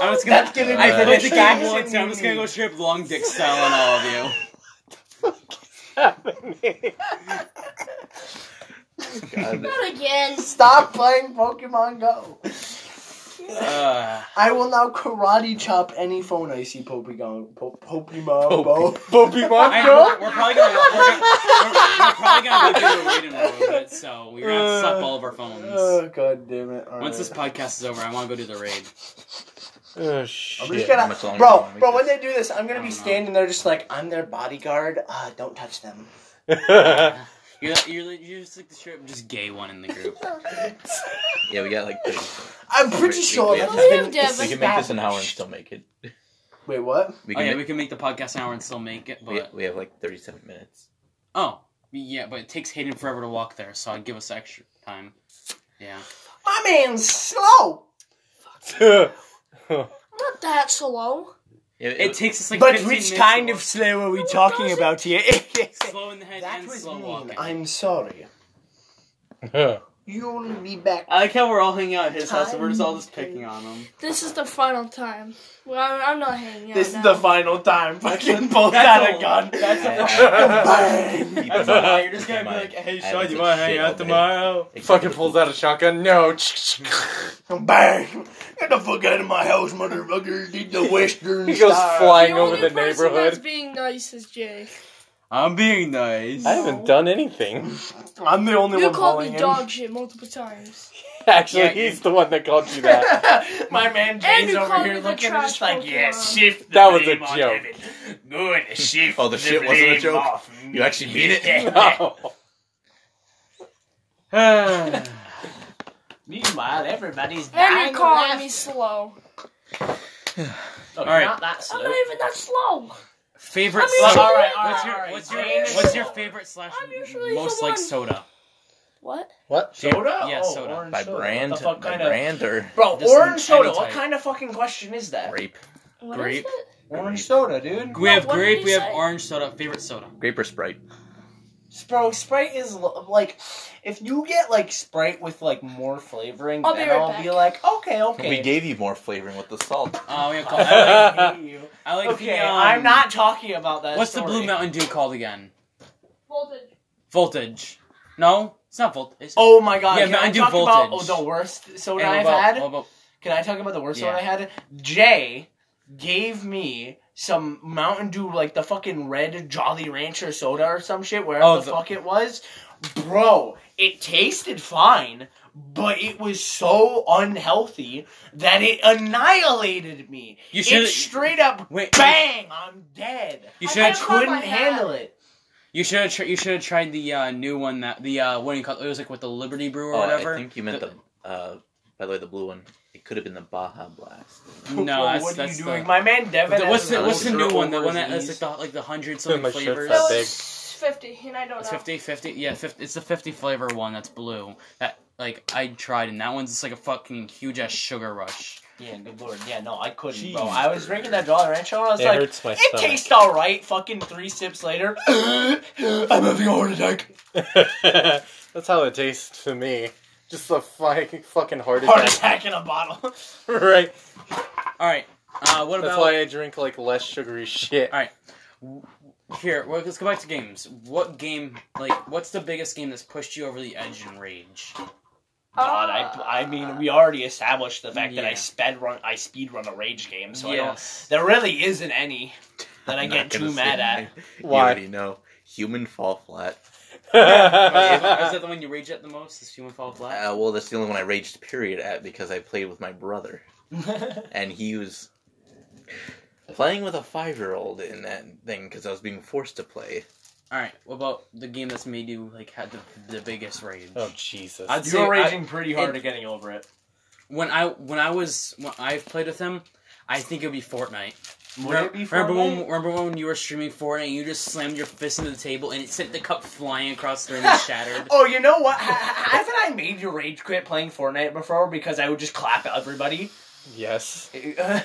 Speaker 1: I'm just gonna.
Speaker 7: That's gonna be
Speaker 1: I
Speaker 3: Uh,
Speaker 7: the
Speaker 1: played the game
Speaker 7: distraction.
Speaker 1: once. I'm just gonna
Speaker 7: you
Speaker 1: go
Speaker 7: need.
Speaker 1: strip long dick style on all of you.
Speaker 3: God,
Speaker 4: Not again.
Speaker 7: Stop playing Pokemon Go.
Speaker 1: Uh,
Speaker 7: I will now karate chop any phone I see Pokemon. Po- Pokemon.
Speaker 1: I-
Speaker 7: Bo- Pokemon
Speaker 1: we're, we're probably gonna we're, gonna, we're, we're probably gonna look into wait in a little bit, so we're gonna
Speaker 7: Uh,
Speaker 1: have to slap all of our phones.
Speaker 7: Oh, God damn it. All
Speaker 1: Once this
Speaker 7: right.
Speaker 1: podcast is over, I want to go do the raid.
Speaker 2: Oh,
Speaker 7: I'm
Speaker 2: shit.
Speaker 7: just
Speaker 3: How
Speaker 7: gonna,
Speaker 3: much longer do you
Speaker 7: bro,
Speaker 3: wanna
Speaker 7: bro.
Speaker 3: make
Speaker 7: When they do this, I'm gonna
Speaker 1: I don't
Speaker 7: be
Speaker 1: know.
Speaker 7: standing there, just like I'm their bodyguard. Uh, don't touch them.
Speaker 1: You're you're, you're just like the straight up just gay one in the group.
Speaker 3: yeah, we got like. thirty.
Speaker 7: I'm pretty
Speaker 3: Wait,
Speaker 7: sure
Speaker 3: wait,
Speaker 7: that's
Speaker 4: wait.
Speaker 7: been.
Speaker 4: We can
Speaker 3: We can make this an hour and still make it.
Speaker 7: Wait, what?
Speaker 3: We
Speaker 1: Oh
Speaker 3: can.
Speaker 1: yeah,
Speaker 3: ma-
Speaker 1: we can make the podcast an hour and still make it,
Speaker 3: we,
Speaker 1: but
Speaker 3: we have like thirty-seven minutes.
Speaker 1: oh yeah, but it takes Hayden forever to walk there, so I'd give us extra time. Yeah.
Speaker 7: My man's slow.
Speaker 4: Not that slow.
Speaker 3: Yeah,
Speaker 1: It takes us like.
Speaker 7: Uh, but
Speaker 1: 15
Speaker 7: which
Speaker 1: minutes
Speaker 7: kind
Speaker 1: to
Speaker 7: of
Speaker 1: walk.
Speaker 7: slow are we talking about here?
Speaker 1: slow in the head
Speaker 7: that
Speaker 1: and
Speaker 7: was
Speaker 1: slow
Speaker 7: mean.
Speaker 1: walking?
Speaker 7: I'm sorry. You'll be back.
Speaker 1: I like how we're all hanging out at his house and we're just all just picking on him.
Speaker 4: This is the final time. Well, I- I'm not hanging out.
Speaker 7: This is
Speaker 4: now.
Speaker 7: the final time. Fucking both
Speaker 1: That's
Speaker 7: out
Speaker 1: a-
Speaker 7: a gun.
Speaker 1: that's a-
Speaker 7: Bang.
Speaker 1: That's all right, You're just gonna be like, hey,
Speaker 3: I
Speaker 1: Sean,
Speaker 3: haven't
Speaker 1: you wanna
Speaker 3: said
Speaker 1: hang
Speaker 3: shit
Speaker 1: out
Speaker 3: all day.
Speaker 1: tomorrow?
Speaker 2: Fucking pulls out a shotgun. No.
Speaker 7: Bang. Get the fuck out of my house, motherfucker. Did the Western
Speaker 2: he goes
Speaker 7: style.
Speaker 4: The
Speaker 2: flying over
Speaker 4: only
Speaker 2: the
Speaker 4: person That's
Speaker 2: neighborhood.
Speaker 4: being nice is Jay.
Speaker 1: I'm being nice.
Speaker 2: I haven't done anything.
Speaker 7: I'm the only
Speaker 4: You called
Speaker 7: one calling
Speaker 4: me
Speaker 7: him.
Speaker 4: dog shit multiple times.
Speaker 2: Actually,
Speaker 1: Yeah, you-
Speaker 2: he's the one that called you that.
Speaker 7: my man
Speaker 4: And
Speaker 7: James
Speaker 4: you
Speaker 7: over
Speaker 4: called
Speaker 7: here
Speaker 4: me the
Speaker 7: looking at
Speaker 4: trash
Speaker 7: just like,
Speaker 4: Pokemon.
Speaker 7: yeah, shift. The
Speaker 2: That was a
Speaker 7: blame on
Speaker 2: joke.
Speaker 7: Evan. Good shift.
Speaker 3: Oh, the shit wasn't a
Speaker 7: blame
Speaker 3: joke?
Speaker 7: off
Speaker 3: You actually mean it?
Speaker 2: No.
Speaker 7: Meanwhile, everybody's
Speaker 4: And you calling me slow.
Speaker 7: All
Speaker 1: Alright.
Speaker 7: that
Speaker 4: I'm not even that slow.
Speaker 1: Favorite
Speaker 4: I mean,
Speaker 1: slash.
Speaker 4: Well, all right,
Speaker 7: all
Speaker 1: what's
Speaker 7: right, all
Speaker 1: your
Speaker 7: right.
Speaker 1: what's your
Speaker 7: Mine is
Speaker 1: what's your
Speaker 7: slower.
Speaker 1: favorite slash
Speaker 4: I'm usually
Speaker 1: most
Speaker 4: the
Speaker 1: like
Speaker 4: one-
Speaker 1: soda?
Speaker 4: What?
Speaker 2: What?
Speaker 7: Soda?
Speaker 1: Yeah,
Speaker 7: Oh,
Speaker 1: soda.
Speaker 7: orange
Speaker 3: By
Speaker 7: soda.
Speaker 3: brand,
Speaker 7: What the fuck
Speaker 3: by
Speaker 7: kind of-
Speaker 3: brand or
Speaker 7: Bro,
Speaker 1: Just
Speaker 7: orange
Speaker 1: any
Speaker 7: soda. What
Speaker 1: type.
Speaker 7: kind of fucking question is that?
Speaker 3: grape,
Speaker 4: What is
Speaker 1: Grape.
Speaker 4: it?
Speaker 7: Orange soda, dude.
Speaker 1: We have
Speaker 4: what did
Speaker 1: grape,
Speaker 4: he
Speaker 1: we have
Speaker 4: say?
Speaker 1: orange soda. Favorite soda.
Speaker 3: grape or Sprite.
Speaker 7: Bro, Sprite is l- like, if you get like Sprite with like more flavoring,
Speaker 4: I'll be
Speaker 7: then
Speaker 4: right
Speaker 7: I'll
Speaker 4: back.
Speaker 7: be like, okay, okay.
Speaker 3: We gave you more flavoring with the salt.
Speaker 1: Oh, we have. Called, I like,
Speaker 7: I hate you.
Speaker 1: I like
Speaker 7: okay,
Speaker 1: the, um,
Speaker 7: I'm not talking about that.
Speaker 1: What's the
Speaker 7: story.
Speaker 1: blue Mountain Dew called again?
Speaker 4: Voltage.
Speaker 1: Voltage. No, it's not voltage.
Speaker 7: Oh my god!
Speaker 1: Yeah,
Speaker 7: can
Speaker 1: Mountain
Speaker 7: I
Speaker 1: Dew
Speaker 7: talk about oh,
Speaker 1: Voltage.
Speaker 7: the worst
Speaker 1: what
Speaker 7: soda I've
Speaker 1: about-
Speaker 7: had?
Speaker 1: what about-
Speaker 7: Can I talk about the worst one
Speaker 1: Yeah.
Speaker 7: I had? Jay gave me some Mountain Dew, like the fucking red Jolly Rancher soda or some shit, wherever
Speaker 1: Oh,
Speaker 7: the,
Speaker 1: the-
Speaker 7: fuck it was. Bro, it tasted fine, but it was so unhealthy that it annihilated me.
Speaker 1: You
Speaker 7: it
Speaker 1: should
Speaker 7: straight up
Speaker 1: wait.
Speaker 7: bang, I'm dead.
Speaker 1: You
Speaker 4: I
Speaker 1: should
Speaker 7: I
Speaker 4: That's not
Speaker 7: couldn't
Speaker 4: my hat.
Speaker 7: handle it.
Speaker 1: You should have. Tr- you should have tried the uh, new one that the uh, what do you call it? It was like with the Liberty Brew or
Speaker 3: Oh,
Speaker 1: whatever.
Speaker 3: I think you meant the. Uh, by the way, the blue one. It could have been the Baja Blast.
Speaker 1: No,
Speaker 7: Bro,
Speaker 1: that's,
Speaker 7: what
Speaker 1: that's
Speaker 7: are you
Speaker 1: the-
Speaker 7: doing? My man Devin.
Speaker 1: the- what's
Speaker 7: has
Speaker 1: the
Speaker 7: a
Speaker 1: what's the new
Speaker 7: zero
Speaker 1: one? The one that
Speaker 7: overseas.
Speaker 1: has like the like the hundred
Speaker 2: My
Speaker 1: something
Speaker 2: shirt's
Speaker 1: flavors.
Speaker 2: that
Speaker 4: That
Speaker 2: big.
Speaker 4: was 50, and I don't
Speaker 1: It's
Speaker 4: know.
Speaker 1: 50, 50, yeah, 50, it's the 50 flavor one that's blue. That, like, I tried, and that one's just like a fucking huge ass sugar rush.
Speaker 7: Yeah, good lord. Yeah, no, I couldn't, bro.
Speaker 3: Jeez,
Speaker 7: I was drinking
Speaker 3: dude.
Speaker 7: that Jolly Rancher and I was
Speaker 2: it
Speaker 7: like,
Speaker 2: hurts my
Speaker 7: it tastes all right. Fucking three sips later, I'm having a heart attack.
Speaker 2: stomach. That's how it tastes to me. Just a fi- fucking heart
Speaker 7: Heart
Speaker 2: attack.
Speaker 7: attack in a bottle.
Speaker 2: right.
Speaker 1: All right. Uh, what
Speaker 2: That's
Speaker 1: about
Speaker 2: why I drink like less sugary shit.
Speaker 1: Alright. here? Well, let's go back to games. What game? Like, what's the biggest game that's pushed you over the edge in rage?
Speaker 4: Ah.
Speaker 7: God,
Speaker 4: Uh,
Speaker 7: I, I mean, we already established the fact that I
Speaker 1: Yeah.
Speaker 7: sped run, I speed run a rage game, so I don't. There really isn't any that I
Speaker 3: I'm
Speaker 7: get
Speaker 3: not gonna
Speaker 7: too
Speaker 3: say
Speaker 7: mad at.
Speaker 3: anything. You
Speaker 2: Why?
Speaker 3: already know. Human fall flat.
Speaker 1: is that the one you rage at the most? Is Human Fall Flat?
Speaker 3: Uh, well, that's the only one I raged period at because I played with my brother, and he was playing with a five year old in that thing because I was being forced to play.
Speaker 2: Uh,
Speaker 1: All right. What about the game that's made you like had the, the biggest rage?
Speaker 2: Oh Jesus.
Speaker 1: I'd
Speaker 7: you were
Speaker 1: say I-
Speaker 7: raging pretty hard
Speaker 1: it-
Speaker 7: at getting over it.
Speaker 1: when I when I was when I've played with him, I think it'd be Fortnite.
Speaker 7: Would it be
Speaker 1: Remember when
Speaker 7: Fortnite?
Speaker 1: remember when you were streaming Fortnite, and you just slammed your fist into the table and it sent the cup flying across the room and shattered.
Speaker 7: Oh, you know what? Ha- ha- Haven't I made you rage quit playing Fortnite before because I would just clap everybody?
Speaker 2: Yes.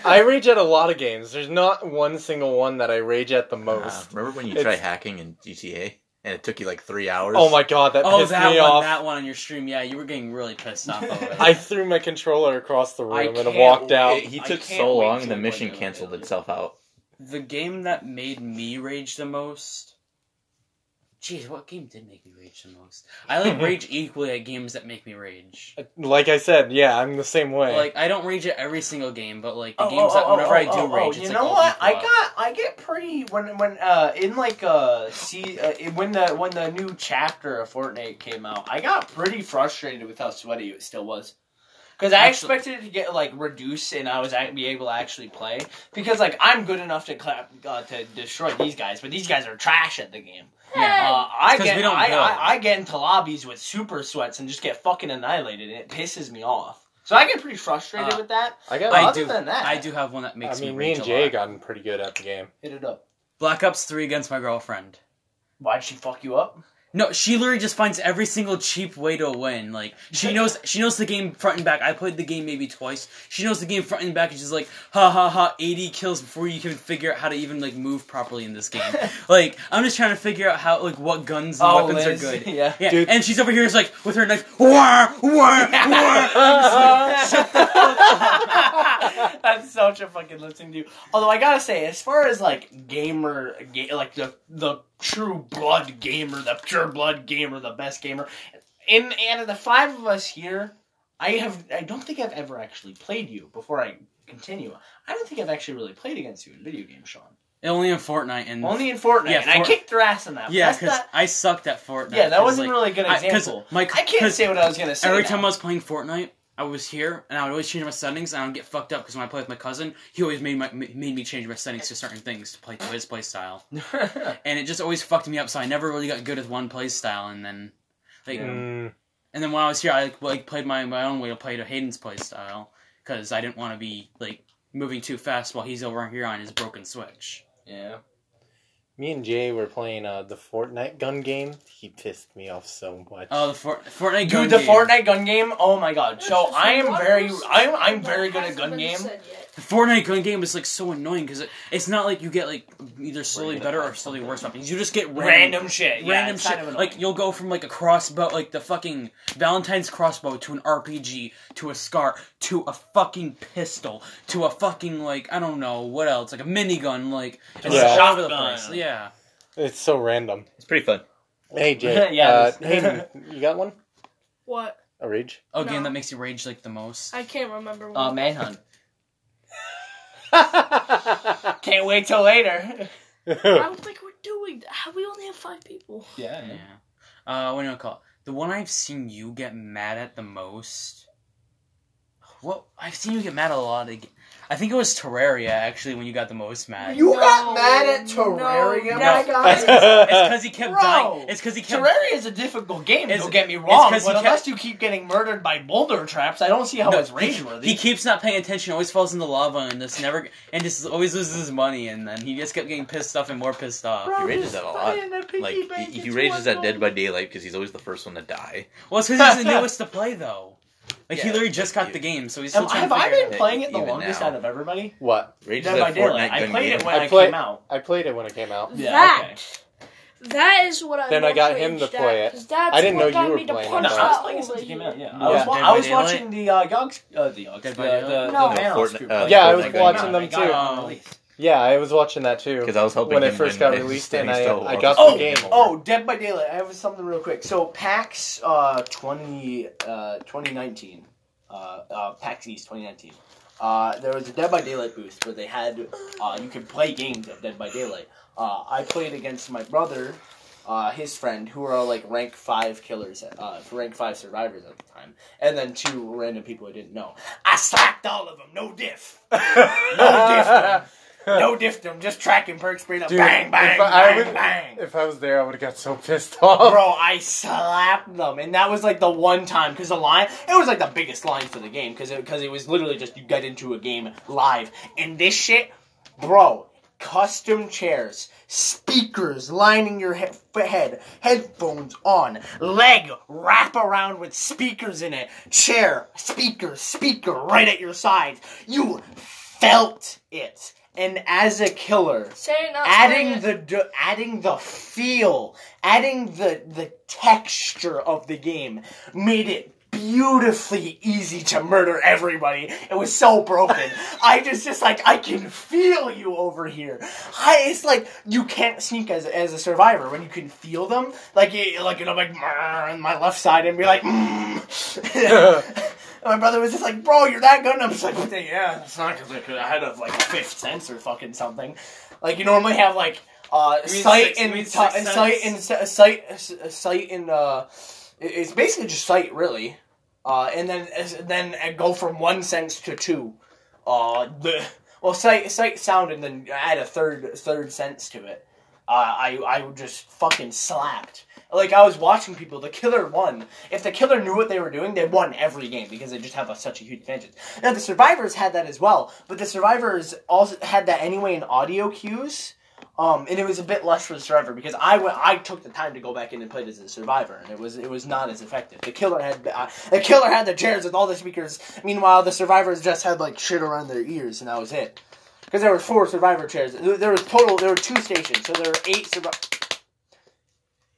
Speaker 2: I rage at a lot of games. There's not one single one that I rage at the
Speaker 3: Uh,
Speaker 2: most.
Speaker 3: remember when you
Speaker 2: Oh, It's-
Speaker 3: tried hacking in GTA and it took you like three hours?
Speaker 2: oh my god, that
Speaker 1: Oh,
Speaker 2: pissed
Speaker 1: that
Speaker 2: me
Speaker 1: one,
Speaker 2: off.
Speaker 1: that one on your stream. Yeah, you were getting really pissed off over that.
Speaker 2: I threw my controller across the
Speaker 7: I
Speaker 2: room and
Speaker 7: can't
Speaker 2: walked out.
Speaker 3: It- he
Speaker 7: I
Speaker 3: took
Speaker 7: can't
Speaker 3: so
Speaker 7: wait
Speaker 3: long,
Speaker 7: till
Speaker 3: and the
Speaker 7: one
Speaker 3: mission
Speaker 7: day I
Speaker 3: canceled
Speaker 7: really-
Speaker 3: itself out.
Speaker 1: the game that made me rage the most. Jeez, what game did make me rage the most? I like rage equally at games that make me rage.
Speaker 2: Like I said, yeah, I'm the same way.
Speaker 1: Like I don't rage at every single game, but like the
Speaker 7: Oh,
Speaker 1: games
Speaker 7: oh,
Speaker 1: that
Speaker 7: oh,
Speaker 1: whenever
Speaker 7: oh,
Speaker 1: I do
Speaker 7: oh, oh,
Speaker 1: rage, it's
Speaker 7: you
Speaker 1: like
Speaker 7: know
Speaker 1: all
Speaker 7: what? I
Speaker 1: equal.
Speaker 7: got I get pretty when when uh in like uh see uh, in- when the when the new chapter of Fortnite came out, I got pretty frustrated with how sweaty it still was. Because I
Speaker 1: Actually-
Speaker 7: expected it to get like reduced, and I was act- be able to actually play. Because like I'm good enough to clap uh, to destroy these guys, but these guys are trash at the game.
Speaker 1: Yeah.
Speaker 7: Uh, I
Speaker 1: 'cause
Speaker 7: get
Speaker 1: we don't
Speaker 7: I,
Speaker 1: build.
Speaker 7: I, I get into lobbies with super sweats and just get fucking annihilated, and it pisses me off. So I get pretty frustrated
Speaker 1: Uh,
Speaker 7: with that.
Speaker 2: I got.
Speaker 1: I
Speaker 2: I,
Speaker 7: other
Speaker 1: do-
Speaker 7: than that,
Speaker 1: I do have one that makes me
Speaker 2: mean, me
Speaker 1: rage
Speaker 2: and
Speaker 1: a lot.
Speaker 2: Jay gotten pretty good at the game.
Speaker 7: hit it up.
Speaker 1: Black Ops 3 against my girlfriend.
Speaker 7: Why'd she fuck you up?
Speaker 1: No, she literally just finds every single cheap way to win. Like she knows she knows the game front and back. I played the game maybe twice. She knows the game front and back and she's like, ha ha ha, 80 kills before you can figure out how to even like move properly in this game. like, I'm just trying to figure out how like what guns and weapons
Speaker 7: Liz.
Speaker 1: are good.
Speaker 7: Yeah.
Speaker 1: Yeah,
Speaker 2: Dude.
Speaker 1: and she's over here is like with her knife, wah, wah, wah.
Speaker 7: That's such a fucking listening to you. Although I gotta say, as far as like gamer, ga- like the the true blood gamer, the pure blood gamer, the best gamer, in and of the five of us here, I have I don't think I've ever actually played you. Before I continue, I don't think I've actually really played against you in video games, Sean.
Speaker 1: Only in Fortnite and
Speaker 7: Only in Fortnite,
Speaker 1: Mm. Yeah,
Speaker 7: and I
Speaker 1: Fort-
Speaker 7: kicked your ass in that.
Speaker 1: yeah,
Speaker 7: That's
Speaker 1: because
Speaker 7: not-
Speaker 1: I sucked at Fortnite.
Speaker 7: yeah, that
Speaker 1: 'cause,
Speaker 7: wasn't
Speaker 1: like,
Speaker 7: really a good
Speaker 1: I- 'cause
Speaker 7: example.
Speaker 1: my-
Speaker 7: I can't
Speaker 1: 'cause
Speaker 7: say what I was gonna say.
Speaker 1: Every
Speaker 7: now.
Speaker 1: time I was playing Fortnite, I was here and I would always change my settings and I would get fucked up because when I play with my cousin, he always made my ma- made me change my settings to certain things to play to his play style, and it just always fucked me up. So I never really got good at one play style, and then like
Speaker 2: Mm,
Speaker 1: and then when I was here, I like, like played my my own way to play to Hayden's play style because I didn't want to be like moving too fast while he's over here on his broken switch.
Speaker 7: yeah.
Speaker 2: me and Jay were playing uh, the Fortnite gun game. He pissed me off so much.
Speaker 1: Oh, the Fort- Fortnite gun
Speaker 7: Dude, the
Speaker 1: game.
Speaker 7: Fortnite gun game. Oh my god!
Speaker 4: There's
Speaker 7: So
Speaker 4: just
Speaker 7: I am
Speaker 4: one
Speaker 7: very,
Speaker 4: person
Speaker 7: I'm, I'm
Speaker 4: that
Speaker 7: very good at
Speaker 4: hasn't
Speaker 7: gun
Speaker 4: been
Speaker 7: game.
Speaker 4: said yet.
Speaker 1: The Fortnite gun game is like so annoying because it, it's not like you get like either slowly better or slowly worse weapons. You just get
Speaker 7: Random shit. Yeah,
Speaker 1: random
Speaker 7: it's kind
Speaker 1: shit.
Speaker 7: of annoying.
Speaker 1: like you'll go from like a crossbow, like the fucking Valentine's crossbow, to an RPG, to a scar, to a fucking pistol, to a fucking like I don't know what else, like a minigun, like it's
Speaker 2: a
Speaker 1: all over the
Speaker 7: shotgun.
Speaker 1: place. Yeah.
Speaker 2: It's so random.
Speaker 3: It's pretty fun.
Speaker 2: Hey Jay,
Speaker 7: Yeah,
Speaker 2: uh,
Speaker 7: it is.
Speaker 2: Hayden, you got one?
Speaker 4: What?
Speaker 2: A rage?
Speaker 1: Oh, game
Speaker 4: No.
Speaker 1: that makes you rage like the most.
Speaker 4: I can't remember.
Speaker 7: uh,
Speaker 4: What.
Speaker 7: manhunt. Can't wait till later.
Speaker 4: I don't think we're doing that. How- We only have five people.
Speaker 1: yeah. Uh, what do you wanna call it? The one I've seen you get mad at the most. What I've seen you get mad at a lot. Of, I think it was Terraria actually when you got the most mad.
Speaker 7: You
Speaker 4: No,
Speaker 7: got mad at
Speaker 4: no,
Speaker 7: Terraria, my
Speaker 1: no.
Speaker 7: guy.
Speaker 1: It's because he kept
Speaker 7: Bro.
Speaker 1: dying. It's because he kept.
Speaker 7: Terraria is a difficult game.
Speaker 1: It's-
Speaker 7: don't get me wrong, but
Speaker 1: 'cause he kept-
Speaker 7: unless you keep getting murdered by boulder traps, I don't see how
Speaker 1: No,
Speaker 7: it's rage worthy.
Speaker 1: He keeps not paying attention. Always falls in the lava and just never and just always loses his money. And then he just kept getting pissed off and more pissed off.
Speaker 3: He rages that a lot. Like he, he rages at Dead by Daylight because he's always the first one to die.
Speaker 1: Well, it's because he's the newest to play though.
Speaker 7: Like
Speaker 3: Yeah.
Speaker 7: he literally just got the game, so he's still
Speaker 5: Am-
Speaker 7: trying
Speaker 5: have
Speaker 7: to
Speaker 5: I
Speaker 7: figure it
Speaker 5: been
Speaker 7: out.
Speaker 3: out.
Speaker 5: playing it the
Speaker 3: Even
Speaker 5: longest
Speaker 3: now.
Speaker 5: out of everybody?
Speaker 2: What?
Speaker 3: Rage
Speaker 5: Dead
Speaker 3: is a
Speaker 5: by Daylight.
Speaker 3: Fortnite
Speaker 5: I
Speaker 3: gun
Speaker 5: played
Speaker 3: game.
Speaker 5: it when
Speaker 2: I
Speaker 5: I,
Speaker 2: play-
Speaker 5: came out.
Speaker 2: I played it when it came out.
Speaker 5: Yeah,
Speaker 4: that.
Speaker 5: okay.
Speaker 4: That is what I.
Speaker 2: Then I got
Speaker 4: want
Speaker 2: him to
Speaker 4: rage at,
Speaker 2: play it.
Speaker 4: 'cause That's
Speaker 2: I didn't
Speaker 4: what
Speaker 2: know you
Speaker 4: got
Speaker 2: were
Speaker 4: me to
Speaker 2: playing it.
Speaker 4: punch
Speaker 5: No,
Speaker 2: That's
Speaker 5: I was
Speaker 4: out
Speaker 5: playing it
Speaker 4: over
Speaker 5: since it came
Speaker 4: you.
Speaker 5: out. Yeah,
Speaker 7: Yeah.
Speaker 5: I was, wa-
Speaker 7: Dead
Speaker 5: I
Speaker 7: by
Speaker 5: was
Speaker 7: Daylight?
Speaker 5: watching the uh, Yogs, uh, the Yogs,
Speaker 7: Dead
Speaker 5: the,
Speaker 7: by
Speaker 5: the,
Speaker 7: Daylight?
Speaker 5: the
Speaker 4: No.
Speaker 5: Valance
Speaker 3: Fortnite-
Speaker 5: group.
Speaker 3: uh,
Speaker 2: Yeah, I
Speaker 3: Fortnite
Speaker 2: was
Speaker 3: gun game.
Speaker 2: watching them too.
Speaker 5: Oh,
Speaker 2: Yeah, I was watching that
Speaker 3: Because
Speaker 2: too.
Speaker 3: I was hoping
Speaker 2: When it
Speaker 3: him
Speaker 2: first
Speaker 3: win,
Speaker 2: got
Speaker 3: but
Speaker 2: released
Speaker 3: then
Speaker 2: and
Speaker 3: he
Speaker 2: I-
Speaker 3: still
Speaker 2: I
Speaker 3: lost
Speaker 2: got
Speaker 3: the
Speaker 2: the game.
Speaker 5: Oh, Dead by Daylight. I have something real quick. So PAX uh, 20, uh, 2019, uh, uh, PAX East 2019. Uh, there was a Dead by Daylight booth where they had uh, you could play games of Dead by Daylight. Uh, I played against my brother, uh, his friend, who are like rank five killers, uh, rank five survivors at the time, and then two random people I didn't know. I slacked all of them. No diff. No diff. them. No diff them. Just tracking perks straight up.
Speaker 2: Dude,
Speaker 5: bang
Speaker 2: if
Speaker 5: bang
Speaker 2: I
Speaker 5: bang
Speaker 2: would-
Speaker 5: bang.
Speaker 2: If I was there, I would have got so pissed off.
Speaker 5: Bro, I slapped them, and that was like the one time because the line it was like the biggest line for the game because because it, was literally just you get into a game live, and this shit, bro, custom chairs, speakers lining your he- f- head, headphones on, leg wrap around with speakers in it, chair, speaker, speaker right at your side. You felt it, and as a killer
Speaker 4: Say it not. say
Speaker 5: adding
Speaker 4: it.
Speaker 5: the d- adding the feel, adding the the texture of the game made it beautifully easy to murder everybody. It was so broken. I just just like I can feel you over here. I, it's like you can't sneak as as a survivor when you can feel them. Like you like you know like "Mrr," on my left side and be like. "Mm." My brother was just like, "Bro, you're that good." And I'm just like, "Yeah, it's not because I had a like fifth sense or fucking something." Like you normally have like uh,
Speaker 1: You mean
Speaker 5: sight,
Speaker 1: six- you
Speaker 5: and
Speaker 1: mean
Speaker 5: t-
Speaker 1: sixth
Speaker 5: and sight and
Speaker 1: sense?
Speaker 5: sight sight uh, sight and uh, it- it's basically just sight really, uh, and then as- then uh, go from one sense to two, uh, the well sight sight sound and then add a third third sense to it. Uh, I I just fucking slapped. Like I was watching people. The killer won. If the killer knew what they were doing, they won every game because they just have a, such a huge advantage. Now the survivors had that as well, but the survivors also had that anyway in audio cues. Um, and it was a bit less for the survivor because I went, I took the time to go back in and play as a survivor, and it was it was not as effective. The killer had uh, the killer had the chairs with all the speakers. Meanwhile, the survivors just had like shit around their ears, and that was it. Because there were four survivor chairs. There there was total. There were two stations, so there were eight survivor.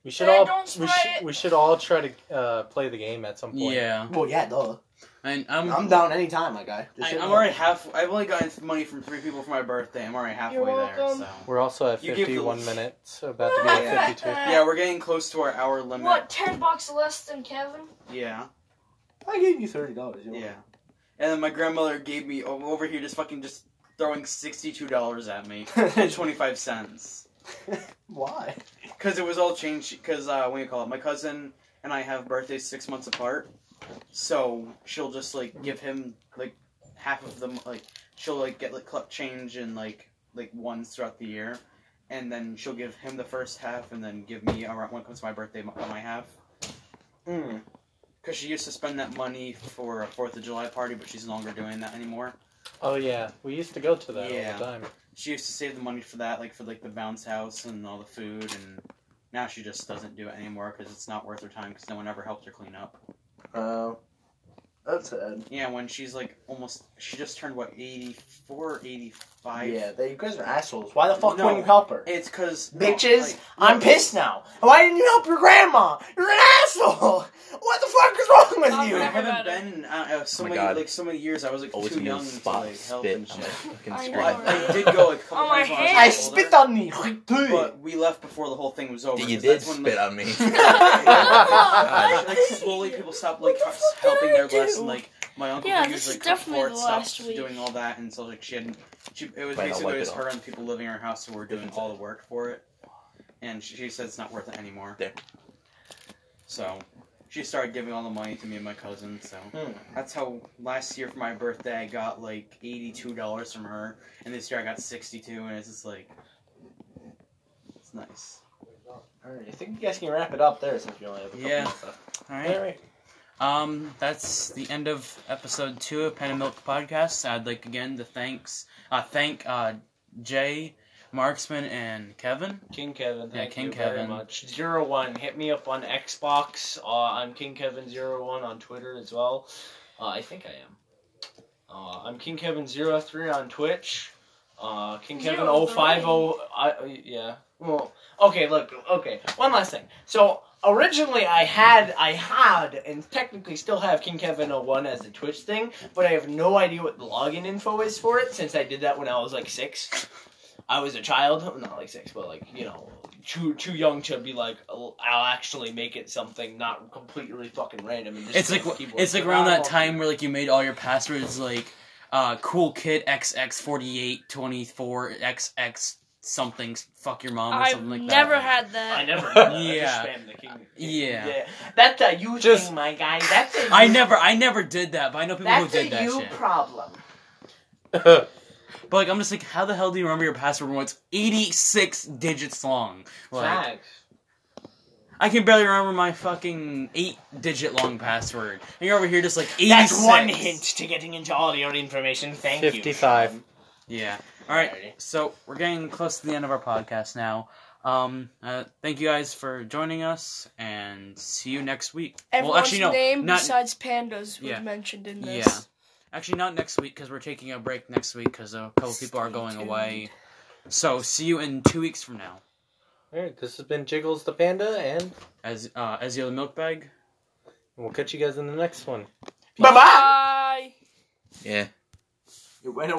Speaker 2: We should
Speaker 4: Hey,
Speaker 2: all
Speaker 4: don't
Speaker 2: we
Speaker 4: try
Speaker 2: should,
Speaker 4: it.
Speaker 2: we should all try to uh, play the game at some point.
Speaker 7: Yeah,
Speaker 5: Well, yeah, duh.
Speaker 7: and I'm,
Speaker 5: I'm down anytime, my guy. Just
Speaker 1: um, I,
Speaker 5: hit
Speaker 1: I'm
Speaker 5: me
Speaker 1: already half. I've only gotten money from three people for my birthday. I'm already halfway
Speaker 4: You're
Speaker 1: there.
Speaker 4: welcome.
Speaker 1: So
Speaker 2: We're also at
Speaker 1: You give the-
Speaker 2: 51 minutes, about to be at 52.
Speaker 1: yeah, we're getting close to our hour limit.
Speaker 4: What? Ten bucks less than Kevin?
Speaker 1: Yeah,
Speaker 5: up. I gave you thirty dollars.
Speaker 1: yeah. And then my grandmother gave me o- over here just fucking just throwing sixty two dollars at me, twenty five cents,
Speaker 5: Why?
Speaker 1: because it was all changed. Because uh, what do you call it? My cousin and I have birthdays six months apart, so she'll just like give him like half of them. Like she'll like get like club change and like like ones throughout the year, and then she'll give him the first half, and then give me around when it comes to my birthday my, my half.
Speaker 5: Mm.
Speaker 1: Because she used to spend that money for a Fourth of July party, but she's no longer doing that anymore.
Speaker 2: Oh yeah, we used to go to that all
Speaker 1: Yeah.
Speaker 2: the time.
Speaker 1: She used to save the money for that, like for like the bounce house and all the food, and now she just doesn't do it anymore because it's not worth her time because no one ever helped her clean up.
Speaker 5: Uh, that's sad.
Speaker 1: Yeah, when she's like almost, she just turned what 84, 85?
Speaker 5: Yeah, they, you guys are assholes. Why the fuck
Speaker 1: No.
Speaker 5: wouldn't you help her?
Speaker 1: It's because
Speaker 5: Bitches, I'm pissed now. Why didn't you help your grandma? You're an asshole. What the fuck is wrong with
Speaker 4: I'm
Speaker 1: I
Speaker 5: you?
Speaker 4: gonna-
Speaker 1: haven't been uh, so
Speaker 3: Oh my
Speaker 1: many
Speaker 3: God.
Speaker 1: like so many years. I was like
Speaker 3: Always
Speaker 1: too
Speaker 3: in the
Speaker 1: young to
Speaker 3: spot
Speaker 1: like help
Speaker 3: spit
Speaker 1: and
Speaker 3: on my
Speaker 1: shit.
Speaker 3: fucking
Speaker 4: I
Speaker 3: screen.
Speaker 1: Well,
Speaker 4: know.
Speaker 1: I, I did go a couple
Speaker 4: On my
Speaker 1: times when was
Speaker 4: hand.
Speaker 5: I
Speaker 1: older.
Speaker 5: spit on you.
Speaker 1: but we left before the whole thing was over.
Speaker 3: You
Speaker 1: 'cause
Speaker 3: did
Speaker 1: that's when,
Speaker 3: spit
Speaker 1: like,
Speaker 3: on me.
Speaker 4: What?
Speaker 1: like slowly people stopped like
Speaker 4: What the
Speaker 1: h-
Speaker 4: fuck
Speaker 1: helping
Speaker 4: did I
Speaker 1: their lesson.
Speaker 4: do?
Speaker 1: Like my uncle
Speaker 4: Yeah,
Speaker 1: who
Speaker 4: this
Speaker 1: usually
Speaker 4: is
Speaker 1: cooked
Speaker 4: definitely
Speaker 1: for it
Speaker 4: the last
Speaker 1: stopped
Speaker 4: week.
Speaker 1: doing all that, and so like she had, she it was
Speaker 3: Wait, I'll
Speaker 1: basically
Speaker 3: wipe
Speaker 1: just
Speaker 3: it
Speaker 1: her and people living in our house who were doing all the work for it, and she, she said it's not worth it anymore.
Speaker 3: There.
Speaker 1: So she started giving all the money to me and my cousin. So
Speaker 5: Hmm.
Speaker 1: that's how last year for my birthday I got like eighty two dollars from her, and this year I got sixty two, and it's just like it's nice.
Speaker 5: Alright, I think you guys can wrap it up there since we only have a couple
Speaker 1: Yeah.
Speaker 5: minutes left.
Speaker 1: All right. Um, that's the end of episode two of Pen and Milk Podcast. I'd like again to thanks uh thank uh Jay, Marksman and Kevin.
Speaker 5: King Kevin,
Speaker 1: Yeah,
Speaker 5: thank
Speaker 1: King
Speaker 5: you very
Speaker 1: Kevin.
Speaker 5: much. Zero one, hit me up on Xbox. Uh, I'm King Kevin zero one on Twitter as well.
Speaker 7: Uh, I think I am. Uh, I'm King Kevin 03 on Twitch. Uh, King Kevin
Speaker 4: Zero
Speaker 7: 050. I, uh, yeah. Well, okay. Look. Okay. One last thing. So originally I had I had and technically still have King Kevin 01 as the Twitch thing, but I have no idea what the login info is for it since I did that when I was like six. I was a child, not like six, but like you know, too too young to be like I'll I'll actually make it something not completely fucking random. And just
Speaker 1: It's like
Speaker 7: make the keyboard
Speaker 1: it's like around that
Speaker 7: survival.
Speaker 1: time where like you made all your passwords like uh, cool kid XX forty eight twenty four XX something fuck your mom or
Speaker 4: I've
Speaker 1: something like that.
Speaker 4: never had that.
Speaker 7: I never. Did that.
Speaker 1: Yeah.
Speaker 7: I just spammed the king.
Speaker 1: Yeah.
Speaker 7: That's a you
Speaker 2: Just-
Speaker 7: thing, my guy. That's a you,
Speaker 1: I never I never did that, but I know people
Speaker 7: That's
Speaker 1: who
Speaker 7: a
Speaker 1: did that
Speaker 7: you
Speaker 1: shit.
Speaker 7: problem.
Speaker 1: But like I'm just like, how the hell do you remember your password when it's eighty six digits long? Like
Speaker 7: Facts.
Speaker 1: I can barely remember my fucking eight digit long password. And you're over here just like eighty
Speaker 7: That's one hint to getting into audio information. Thank you.
Speaker 2: 55.
Speaker 7: Sean.
Speaker 1: Yeah. All right. So we're getting close to the end of our podcast now. Um, uh, thank you guys for joining us, and see you next week.
Speaker 4: Everyone's
Speaker 1: well, actually, no,
Speaker 4: name
Speaker 1: not
Speaker 4: besides pandas was
Speaker 1: Yeah.
Speaker 4: mentioned in
Speaker 1: Yeah.
Speaker 4: this.
Speaker 1: actually not next week because we're taking a break next week because a couple people are going away. So see you in two weeks from now.
Speaker 2: All right, this has been Jiggles the Panda, and
Speaker 1: As uh, as the other milk bag.
Speaker 2: we'll catch you guys in the next one.
Speaker 7: Bye bye.
Speaker 4: Bye.
Speaker 3: Yeah.
Speaker 7: It went